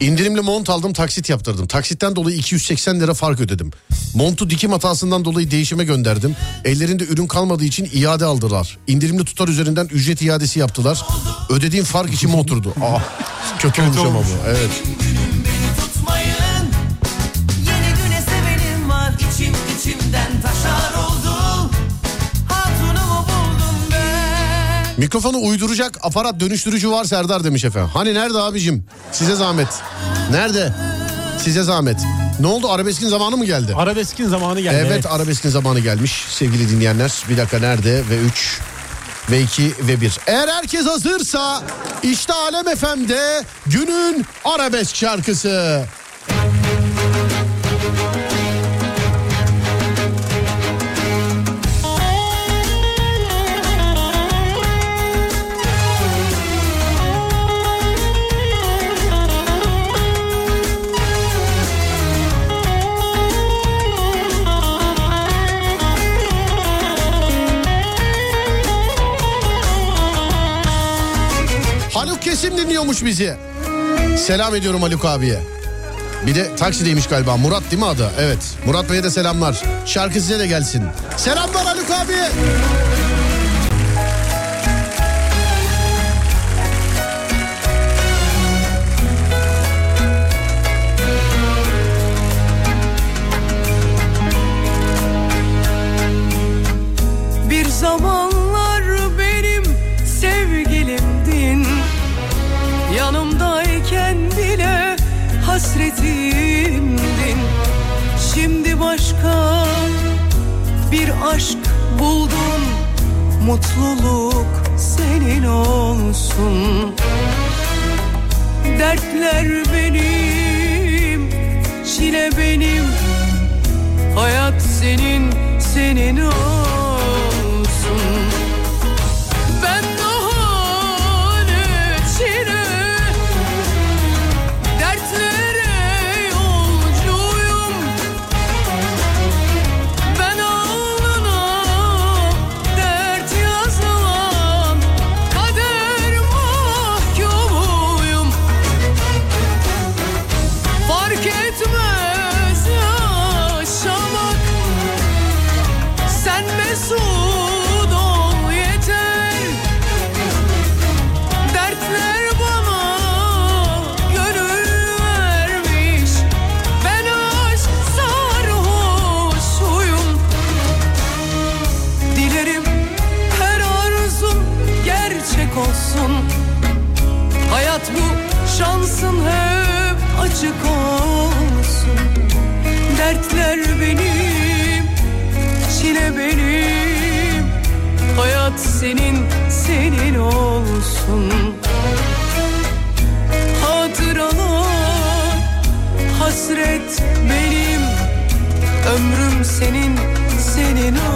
İndirimli mont aldım taksit yaptırdım. Taksitten dolayı 280 lira fark ödedim. Montu dikim hatasından dolayı değişime gönderdim. Ellerinde ürün kalmadığı için iade aldılar. İndirimli tutar üzerinden ücret iadesi yaptılar. Ödediğim fark içime oturdu. Aa, kötü olmuş ama bu. Evet. tutmayın Yeni güne sevenim var içim içimden taşar oldu Hatunumu buldum ben Mikrofonu uyduracak aparat dönüştürücü var Serdar demiş efendim. Hani nerede abicim? Size zahmet. Nerede? Size zahmet. Ne oldu? Arabeskin zamanı mı geldi? Arabeskin zamanı geldi. Evet, arabeskin zamanı gelmiş sevgili dinleyenler. Bir dakika nerede ve 3 ve 2 ve 1. Eğer herkes hazırsa işte Alem FM'de günün arabesk şarkısı. Haluk Kesim dinliyormuş bizi. Selam ediyorum Haluk abiye. Bir de taksideymiş galiba. Murat değil mi adı? Evet. Murat Bey'e de selamlar. Şarkı size de gelsin. Selamlar Haluk abiye. Bir zamanlar benim sevgilimdin Yanımdayken bile hasretimdin Şimdi başka bir aşk buldum Mutluluk senin olsun Dertler benim, çile benim Hayat senin, senin olsun. Ben daha ne çile, dertlere yolcuyum. Ben alnına dert yazan kader mahkumuyum. Fark etmez yaşamak Sen mesut ol yeter Dertler bana gönül vermiş Ben aşk sarhoşuyum Dilerim her arzum gerçek olsun Hayat bu şansın hep açık olsun Dertler benim, çile benim Hayat senin, senin olsun Hatıralar, hasret benim Ömrüm senin, senin olsun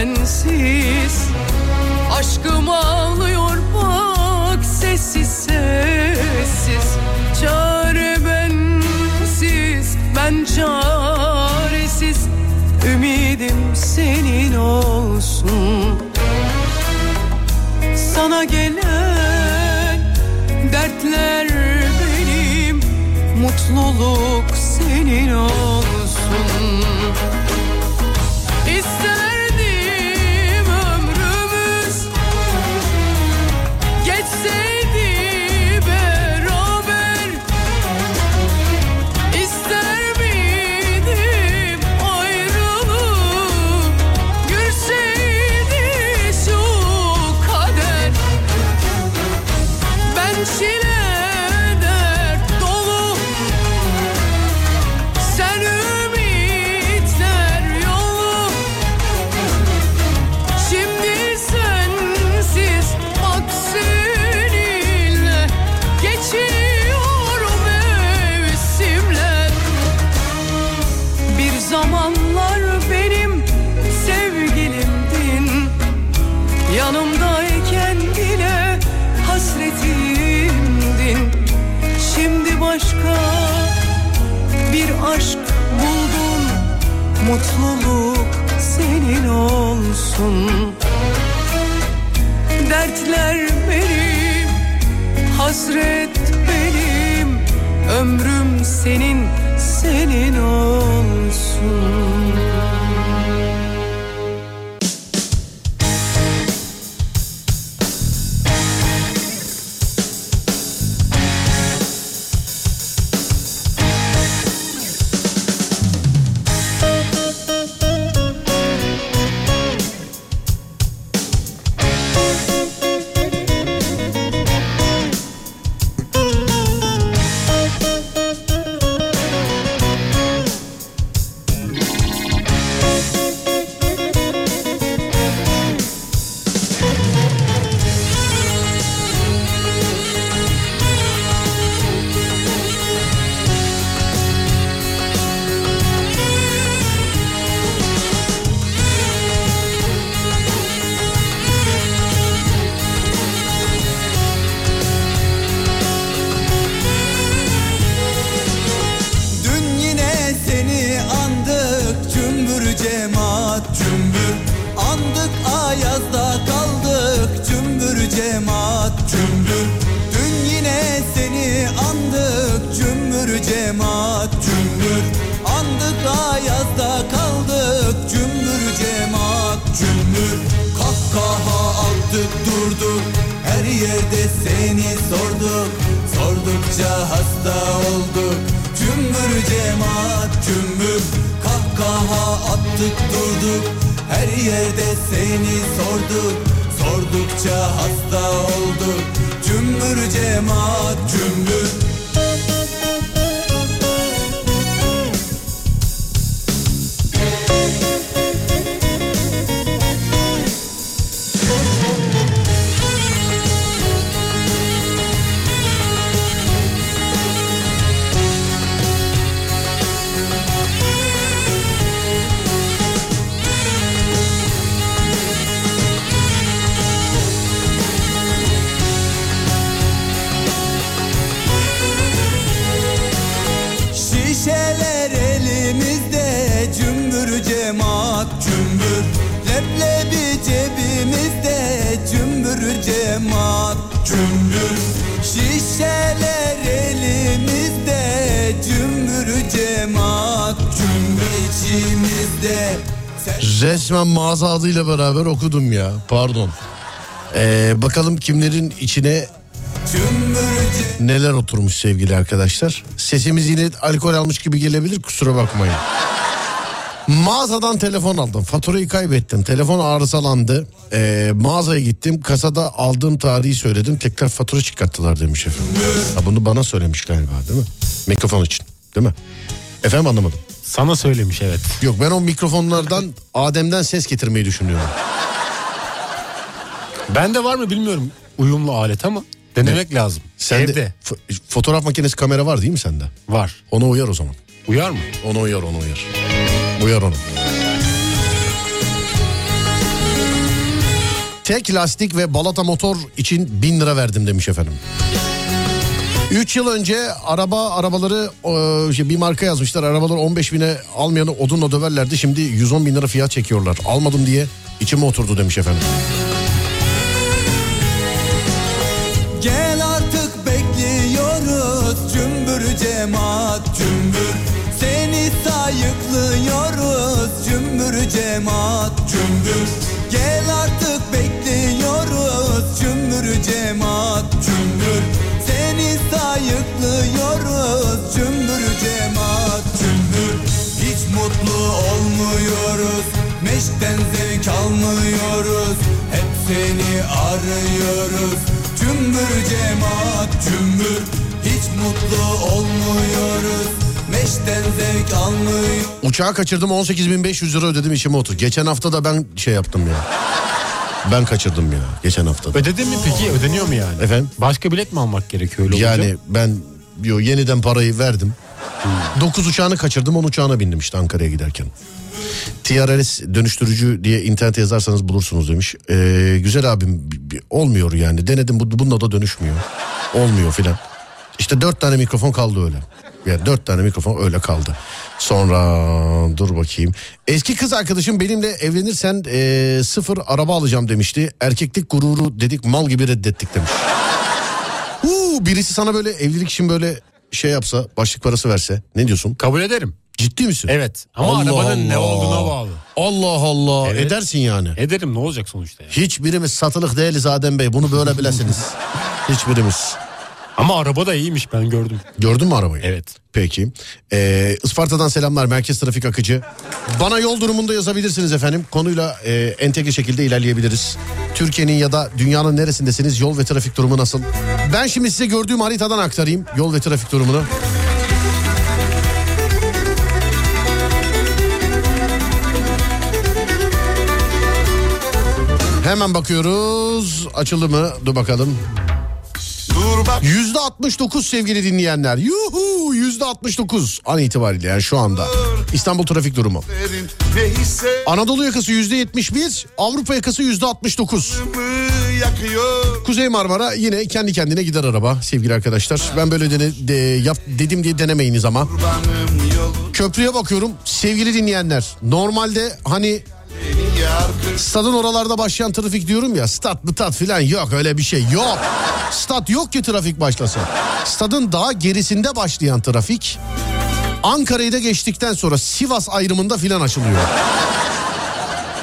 sensiz Aşkım ağlıyor bak sessiz sessiz Çare bensiz ben çaresiz Ümidim senin olsun Sana gelen dertler benim Mutluluk senin olsun İsterdim ömrümüz geçseydi beraber İster miydim ayrılık gürseydi şu kader Ben çile dert dolu sen ümitler yolu Şimdi sensiz bak seninle Geçiyor mevsimler Bir zamanlar benim sevgilimdin Yanımdayken bile hasretimdin Şimdi başka bir aşk buldum Mutluluk senin olsun Dertler benim, hasret benim Ömrüm senin, senin olsun Dün yine seni andık cümbür cemaat cümbür Andık ayazda kaldık cümbür cemaat cümbür Dün yine seni andık cümbür cemaat cümbür Andık ayazda kaldık cümbür cemaat cümbür Kahkaha attık durduk her yerde seni sorduk Sordukça hasta olduk Cümbür cemaat cümbür Kahkaha attık durduk Her yerde seni sorduk Sordukça hasta olduk Cümbür cemaat cümbür Şişeler elimizde cümbür cemaat cümbür Leblebi cebimizde cümbür cemaat cümbür Şişeler elimizde cümbür cemaat cümbür İçimizde sen- Resmen mağaza adıyla beraber okudum ya. Pardon. Ee, bakalım kimlerin içine cümbür ce- neler oturmuş sevgili arkadaşlar. Sesimiz yine alkol almış gibi gelebilir kusura bakmayın. Mağazadan telefon aldım. Faturayı kaybettim. Telefon arızalandı. Ee, mağazaya gittim. Kasada aldığım tarihi söyledim. Tekrar fatura çıkarttılar demiş efendim. Ha, bunu bana söylemiş galiba değil mi? Mikrofon için değil mi? Efendim anlamadım. Sana söylemiş evet. Yok ben o mikrofonlardan Adem'den ses getirmeyi düşünüyorum. Bende var mı bilmiyorum uyumlu alet ama denemek lazım. Sen Evde de f- fotoğraf makinesi kamera var değil mi sende? var. Ona uyar o zaman. Uyar mı? Ona uyar ona uyar. Uyar onu. Tek lastik ve balata motor için bin lira verdim demiş efendim. 3 yıl önce araba arabaları e, şey, bir marka yazmışlar. Arabaları 15 bine almayanı odunla döverlerdi. Şimdi 110 bin lira fiyat çekiyorlar. Almadım diye içime oturdu demiş efendim. Gel artık bekliyoruz cümbür cemaat cümbür Seni sayıklıyoruz cümbür cemaat cümbür Gel artık bekliyoruz cümbür cemaat cümbür Seni sayıklıyoruz cümbür cemaat cümbür Hiç mutlu olmuyoruz meşten zevk almıyoruz Hep seni arıyoruz Cümbür cemaat cümbür Hiç mutlu olmuyoruz Meşten zevk almıyor Uçağı kaçırdım 18.500 lira ödedim içime otur. Geçen hafta da ben şey yaptım ya. Ben kaçırdım ya geçen hafta da. Ödedin mi peki? Ödeniyor mu yani? Efendim? Başka bilet mi almak gerekiyor öyle olunca? Hmm. Yani ben yo, yeniden parayı verdim. 9 uçağını kaçırdım 10 uçağına bindim işte Ankara'ya giderken. TRS dönüştürücü diye internete yazarsanız bulursunuz demiş. Ee, güzel abim b- b- olmuyor yani denedim bu- bununla da dönüşmüyor. Olmuyor filan. İşte dört tane mikrofon kaldı öyle. Yani dört tane mikrofon öyle kaldı. Sonra dur bakayım. Eski kız arkadaşım benimle evlenirsen ee, sıfır araba alacağım demişti. Erkeklik gururu dedik mal gibi reddettik demiş. Huu, birisi sana böyle evlilik için böyle şey yapsa başlık parası verse ne diyorsun? Kabul ederim. Ciddi misin? Evet. Ama Allah arabanın ne Allah. olduğuna bağlı. Allah Allah Evet. edersin yani. Ederim ne olacak sonuçta yani. Hiçbirimiz satılık değiliz Adem Bey bunu böyle bilesiniz. Hiçbirimiz. Ama araba da iyiymiş ben gördüm. Gördün mü arabayı? Evet. Peki. Ee, Isparta'dan selamlar Merkez Trafik Akıcı. Bana yol durumunda yazabilirsiniz efendim. Konuyla e, entegre şekilde ilerleyebiliriz. Türkiye'nin ya da dünyanın neresindesiniz? Yol ve trafik durumu nasıl? Ben şimdi size gördüğüm haritadan aktarayım yol ve trafik durumunu. Hemen bakıyoruz. Açıldı mı? Dur bakalım. Yüzde 69 sevgili dinleyenler. Yuhu yüzde 69 an itibariyle yani şu anda. İstanbul trafik durumu. Ve hisse Anadolu yakası yüzde 71, Avrupa yakası yüzde 69. yakıyor Kuzey Marmara yine kendi kendine gider araba sevgili arkadaşlar. Ben böyle dene, de, yap, dedim diye denemeyiniz ama. Kurbanım yolu Köprüye bakıyorum sevgili dinleyenler. Normalde hani yargı stadın oralarda başlayan trafik diyorum ya stat mıtat filan yok öyle bir şey yok. Stat yok ki trafik başlasın. Stadın daha gerisinde başlayan trafik Ankara'yı da geçtikten sonra Sivas ayrımında filan açılıyor.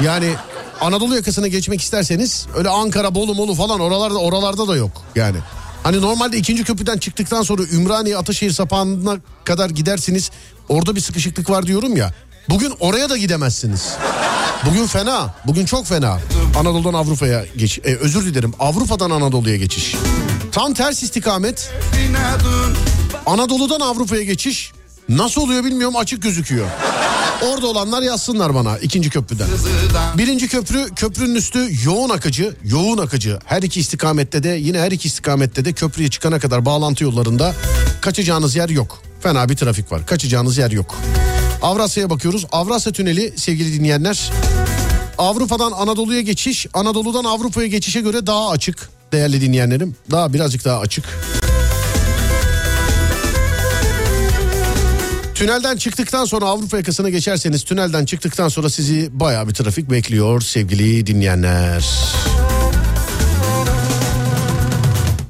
Yani Anadolu yakasına geçmek isterseniz öyle Ankara, Bolu, Molu falan oralarda oralarda da yok yani. Hani normalde ikinci köprüden çıktıktan sonra Ümraniye Ataşehir sapağına kadar gidersiniz. Orada bir sıkışıklık var diyorum ya. Bugün oraya da gidemezsiniz. Bugün fena. Bugün çok fena. Anadolu'dan Avrupa'ya geç. e, özür dilerim. Avrupa'dan Anadolu'ya geçiş. Tam ters istikamet. inadın Anadolu'dan Avrupa'ya geçiş nasıl oluyor bilmiyorum açık gözüküyor. Orada olanlar yazsınlar bana ikinci köprüden. Birinci köprü köprünün üstü yoğun akıcı, yoğun akıcı. Her iki istikamette de yine her iki istikamette de köprüye çıkana kadar bağlantı yollarında kaçacağınız yer yok. Fena bir trafik var. Kaçacağınız yer yok. Avrasya'ya bakıyoruz. Avrasya Tüneli sevgili dinleyenler Avrupa'dan Anadolu'ya geçiş, Anadolu'dan Avrupa'ya geçişe göre daha açık değerli dinleyenlerim. Daha birazcık daha açık. Tünelden çıktıktan sonra Avrupa yakasına geçerseniz tünelden çıktıktan sonra sizi bayağı bir trafik bekliyor sevgili dinleyenler.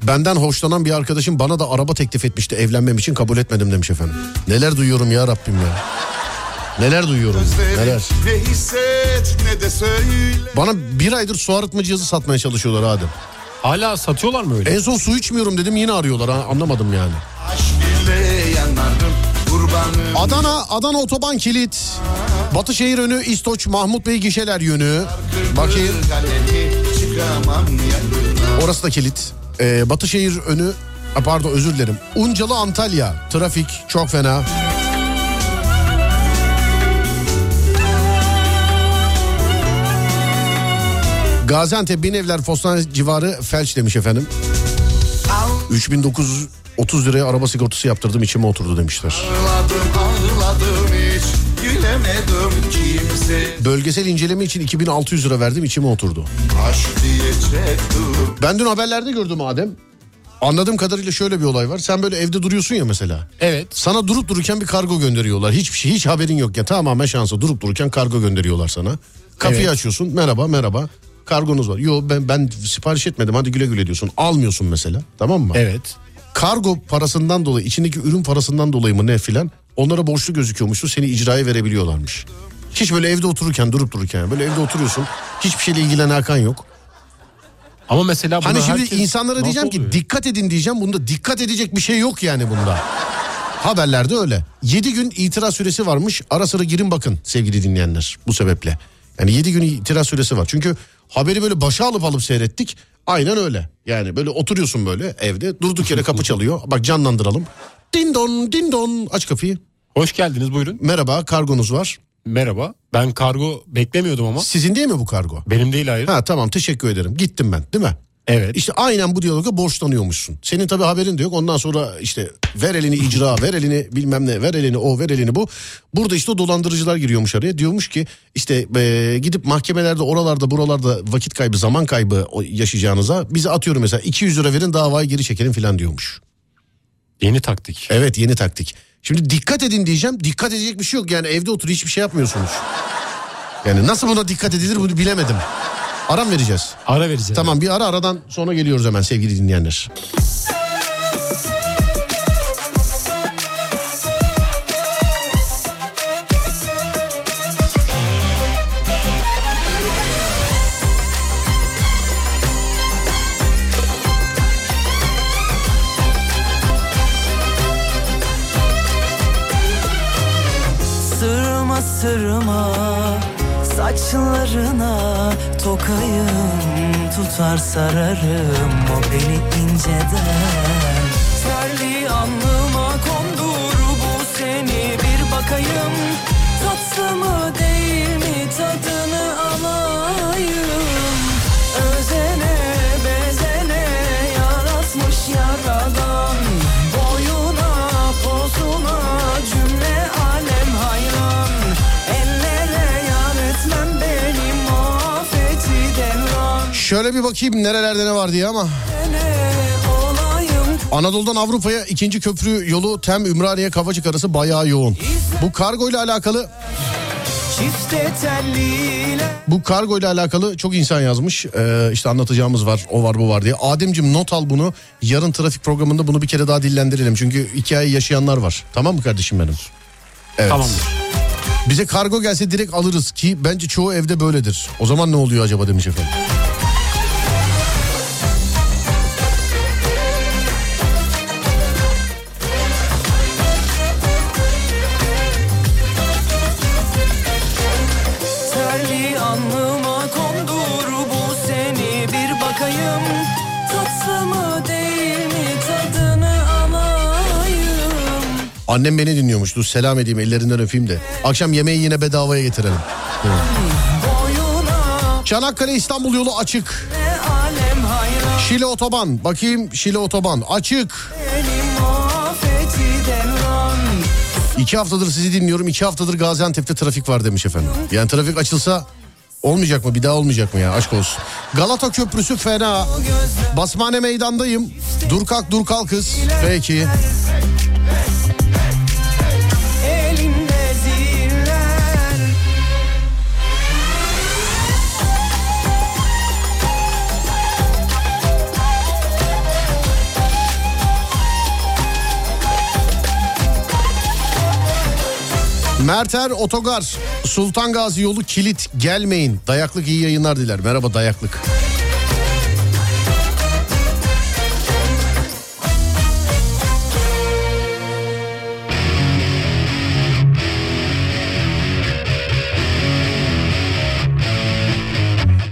Benden hoşlanan bir arkadaşım bana da araba teklif etmişti evlenmem için kabul etmedim demiş efendim. Neler duyuyorum ya Rabbim ya. Neler duyuyorum neler. Ve hisset ne de söyle Bana bir aydır su arıtma cihazı satmaya çalışıyorlar Adem. Hala satıyorlar mı öyle? En son su içmiyorum dedim yine arıyorlar ha, anlamadım yani. Aşk ile yanardım kurbanım Adana, Adana Otoban Kilit. Batışehir önü İstoç, Mahmut Bey gişeler yönü. Bakayım. Kalemi çıkamam yanına Orası da kilit. Ee, Batışehir önü ha, pardon özür dilerim. Uncalı Antalya trafik çok fena. Gaziantep Binevler Fostan civarı felç demiş efendim. 3930 liraya araba sigortası yaptırdım içime oturdu demişler. Ağladım ağladım hiç gülemedim kimse Kimse Bölgesel inceleme için 2600 lira verdim içime oturdu. aşk diye çektim Ben dün haberlerde gördüm Adem. Anladığım kadarıyla şöyle bir olay var. Sen böyle evde duruyorsun ya mesela. Evet. Sana durup dururken bir kargo gönderiyorlar. Hiçbir şey, hiç haberin yok ya. Tamamen şansa durup dururken kargo gönderiyorlar sana. Kapıyı Evet. açıyorsun. Merhaba, merhaba. Kargonuz var. Yo ben ben sipariş etmedim. Hadi güle güle diyorsun. Almıyorsun mesela. Tamam mı? Evet. Kargo parasından dolayı, içindeki ürün parasından dolayı mı ne filan onlara borçlu gözüküyormuştu. Seni icraya verebiliyorlarmış. Hiç böyle evde otururken, durup dururken böyle evde oturuyorsun. Hiçbir şeyle ilgilen Hakan yok. Ama mesela Hani buna şimdi herkes- insanlara Nasıl diyeceğim ki oluyor? dikkat edin diyeceğim. Bunda dikkat edecek bir şey yok yani bunda. Haberlerde öyle. 7 gün itiraz süresi varmış. Ara sıra girin bakın sevgili dinleyenler bu sebeple. Yani 7 gün itiraz süresi var. Çünkü haberi böyle başa alıp alıp seyrettik. Aynen öyle. Yani böyle oturuyorsun böyle evde. Durduk yere kapı çalıyor. Bak canlandıralım. Din don din don. Aç kapıyı. Hoş geldiniz buyurun. Merhaba kargonuz var. Merhaba. Ben kargo beklemiyordum ama. Sizin değil mi bu kargo? Benim değil hayır. Ha tamam teşekkür ederim. Gittim ben değil mi? Evet. İşte aynen bu diyaloga borçlanıyormuşsun. Senin tabii haberin de yok. Ondan sonra işte ver elini icra, ver elini bilmem ne, ver elini o, ver elini bu. Burada işte o dolandırıcılar giriyormuş araya. Diyormuş ki işte e, gidip mahkemelerde oralarda buralarda vakit kaybı, zaman kaybı o- yaşayacağınıza bize atıyorum mesela 200 lira verin davayı geri çekelim falan diyormuş. Yeni taktik. Evet yeni taktik. Şimdi dikkat edin diyeceğim. Dikkat edecek bir şey yok. Yani evde otur hiçbir şey yapmıyorsunuz. Yani nasıl buna dikkat edilir bunu bilemedim. Aram vereceğiz. Ara vereceğiz. Tamam bir ara aradan sonra geliyoruz hemen sevgili dinleyenler. Sırma sırma saçlarına tokayım tutar sararım o beni inceden Terli alnıma kondur bu seni bir bakayım tatlı mı değil mi tadını alayım Özene bezene yaratmış yaradan Boyuna pozuna cümle alem hayran Ellere yar etmem benim muhabbeti devran Şöyle bir bakayım nerelerde ne var diye ama Ne olayım Anadolu'dan Avrupa'ya ikinci köprü yolu Tem Ümraniye Kavacık arası bayağı yoğun. Bu kargo ile alakalı çifte telliyle bu kargo ile alakalı çok insan yazmış. Ee, işte anlatacağımız var o var bu var diye. Ademcim not al bunu yarın trafik programında bunu bir kere daha dillendirelim. Çünkü hikaye yaşayanlar var. Tamam mı kardeşim benim? Evet. Tamamdır. Bize kargo gelse direkt alırız ki bence çoğu evde böyledir. O zaman ne oluyor acaba demiş efendim. Terli alnıma kondur bu seni bir bakayım Tatlı mı değil mi tadını alayım Annem beni dinliyormuş. Dur selam edeyim ellerinden öpeyim de. Akşam yemeği yine bedavaya getirelim. Boyuna Çanakkale İstanbul yolu açık. ne alem hayran Şile otoban. Bakayım Şile otoban açık. Benim muhabbeti devran İki haftadır sizi dinliyorum. iki haftadır Gaziantep'te trafik var demiş efendim. Yani trafik açılsa olmayacak mı? Bir daha olmayacak mı ya? Aşk olsun. Galata Köprüsü fena. Basmane meydandayım. Dur kalk dur kalk kız. Peki. Elimde ziller Merter Er, Otogar. Sultan Gazi yolu kilit. Gelmeyin. Dayaklık iyi yayınlar diler. Merhaba dayaklık.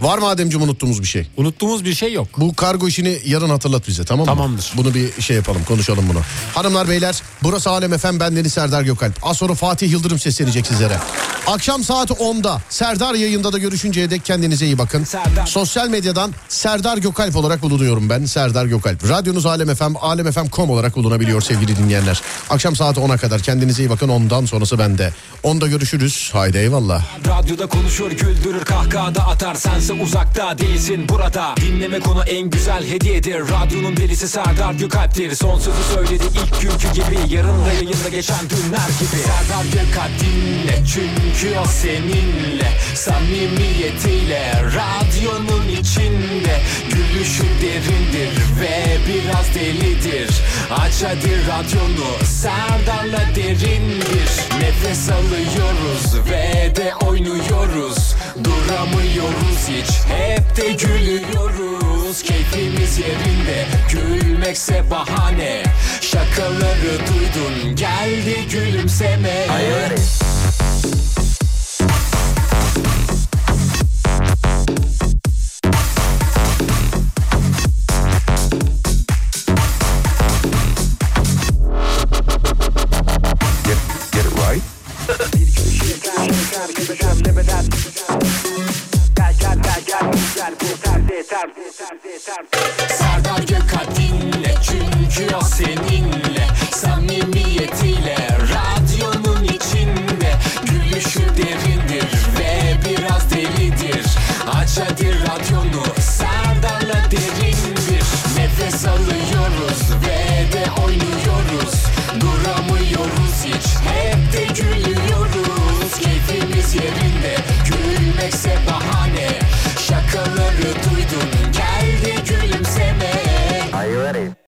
Var mı Ademciğim unuttuğumuz bir şey? Unuttuğumuz bir şey yok. Bu kargo işini yarın hatırlat bize tamam mı? Tamamdır. Bunu bir şey yapalım konuşalım bunu. Hanımlar beyler burası Alem Efem ben Deniz Serdar Gökalp. Az sonra Fatih Yıldırım seslenecek sizlere. Akşam saat 10'da Serdar yayında da görüşünceye dek kendinize iyi bakın. Sosyal medyadan Serdar Gökalp olarak bulunuyorum ben. Serdar Gökalp. Radyonuz Alem FM, alemfm.com olarak bulunabiliyor sevgili dinleyenler. Akşam saat 10'a kadar kendinize iyi bakın. Ondan sonrası bende. 10'da görüşürüz. Haydi eyvallah. Radyoda konuşur güldürür kahkahada atar Sense uzakta değilsin burada Dinlemek ona en güzel hediyedir Radyonun delisi Serdar Gökalp'tir Son sözü söyledi ilk günkü gibi Yarın da yayında geçen dünler gibi Serdar Gökalp dinle çünkü o seninle Samimiyetiyle radyonun içinde Gülüşü derindir ve biraz delidir Aç hadi radyonu Serdar'la derin bir Nefes alıyoruz ve de oynuyoruz Duramıyoruz hiç hep de gülüyoruz Keyfimiz yerinde gülmekse bahane Şakaları duydun geldi gülümseme Serdar Gökalp dinle çünkü o seninle Samimiyetiyle radyonun içinde Gülüşü derindir ve biraz delidir Aç hadi radyonu Serdar'la derindir Nefes alıyoruz ve de oynuyoruz Duramıyoruz hiç hep de gülüyoruz Keyfimiz yerinde gülmekse bahane Şakaları duydun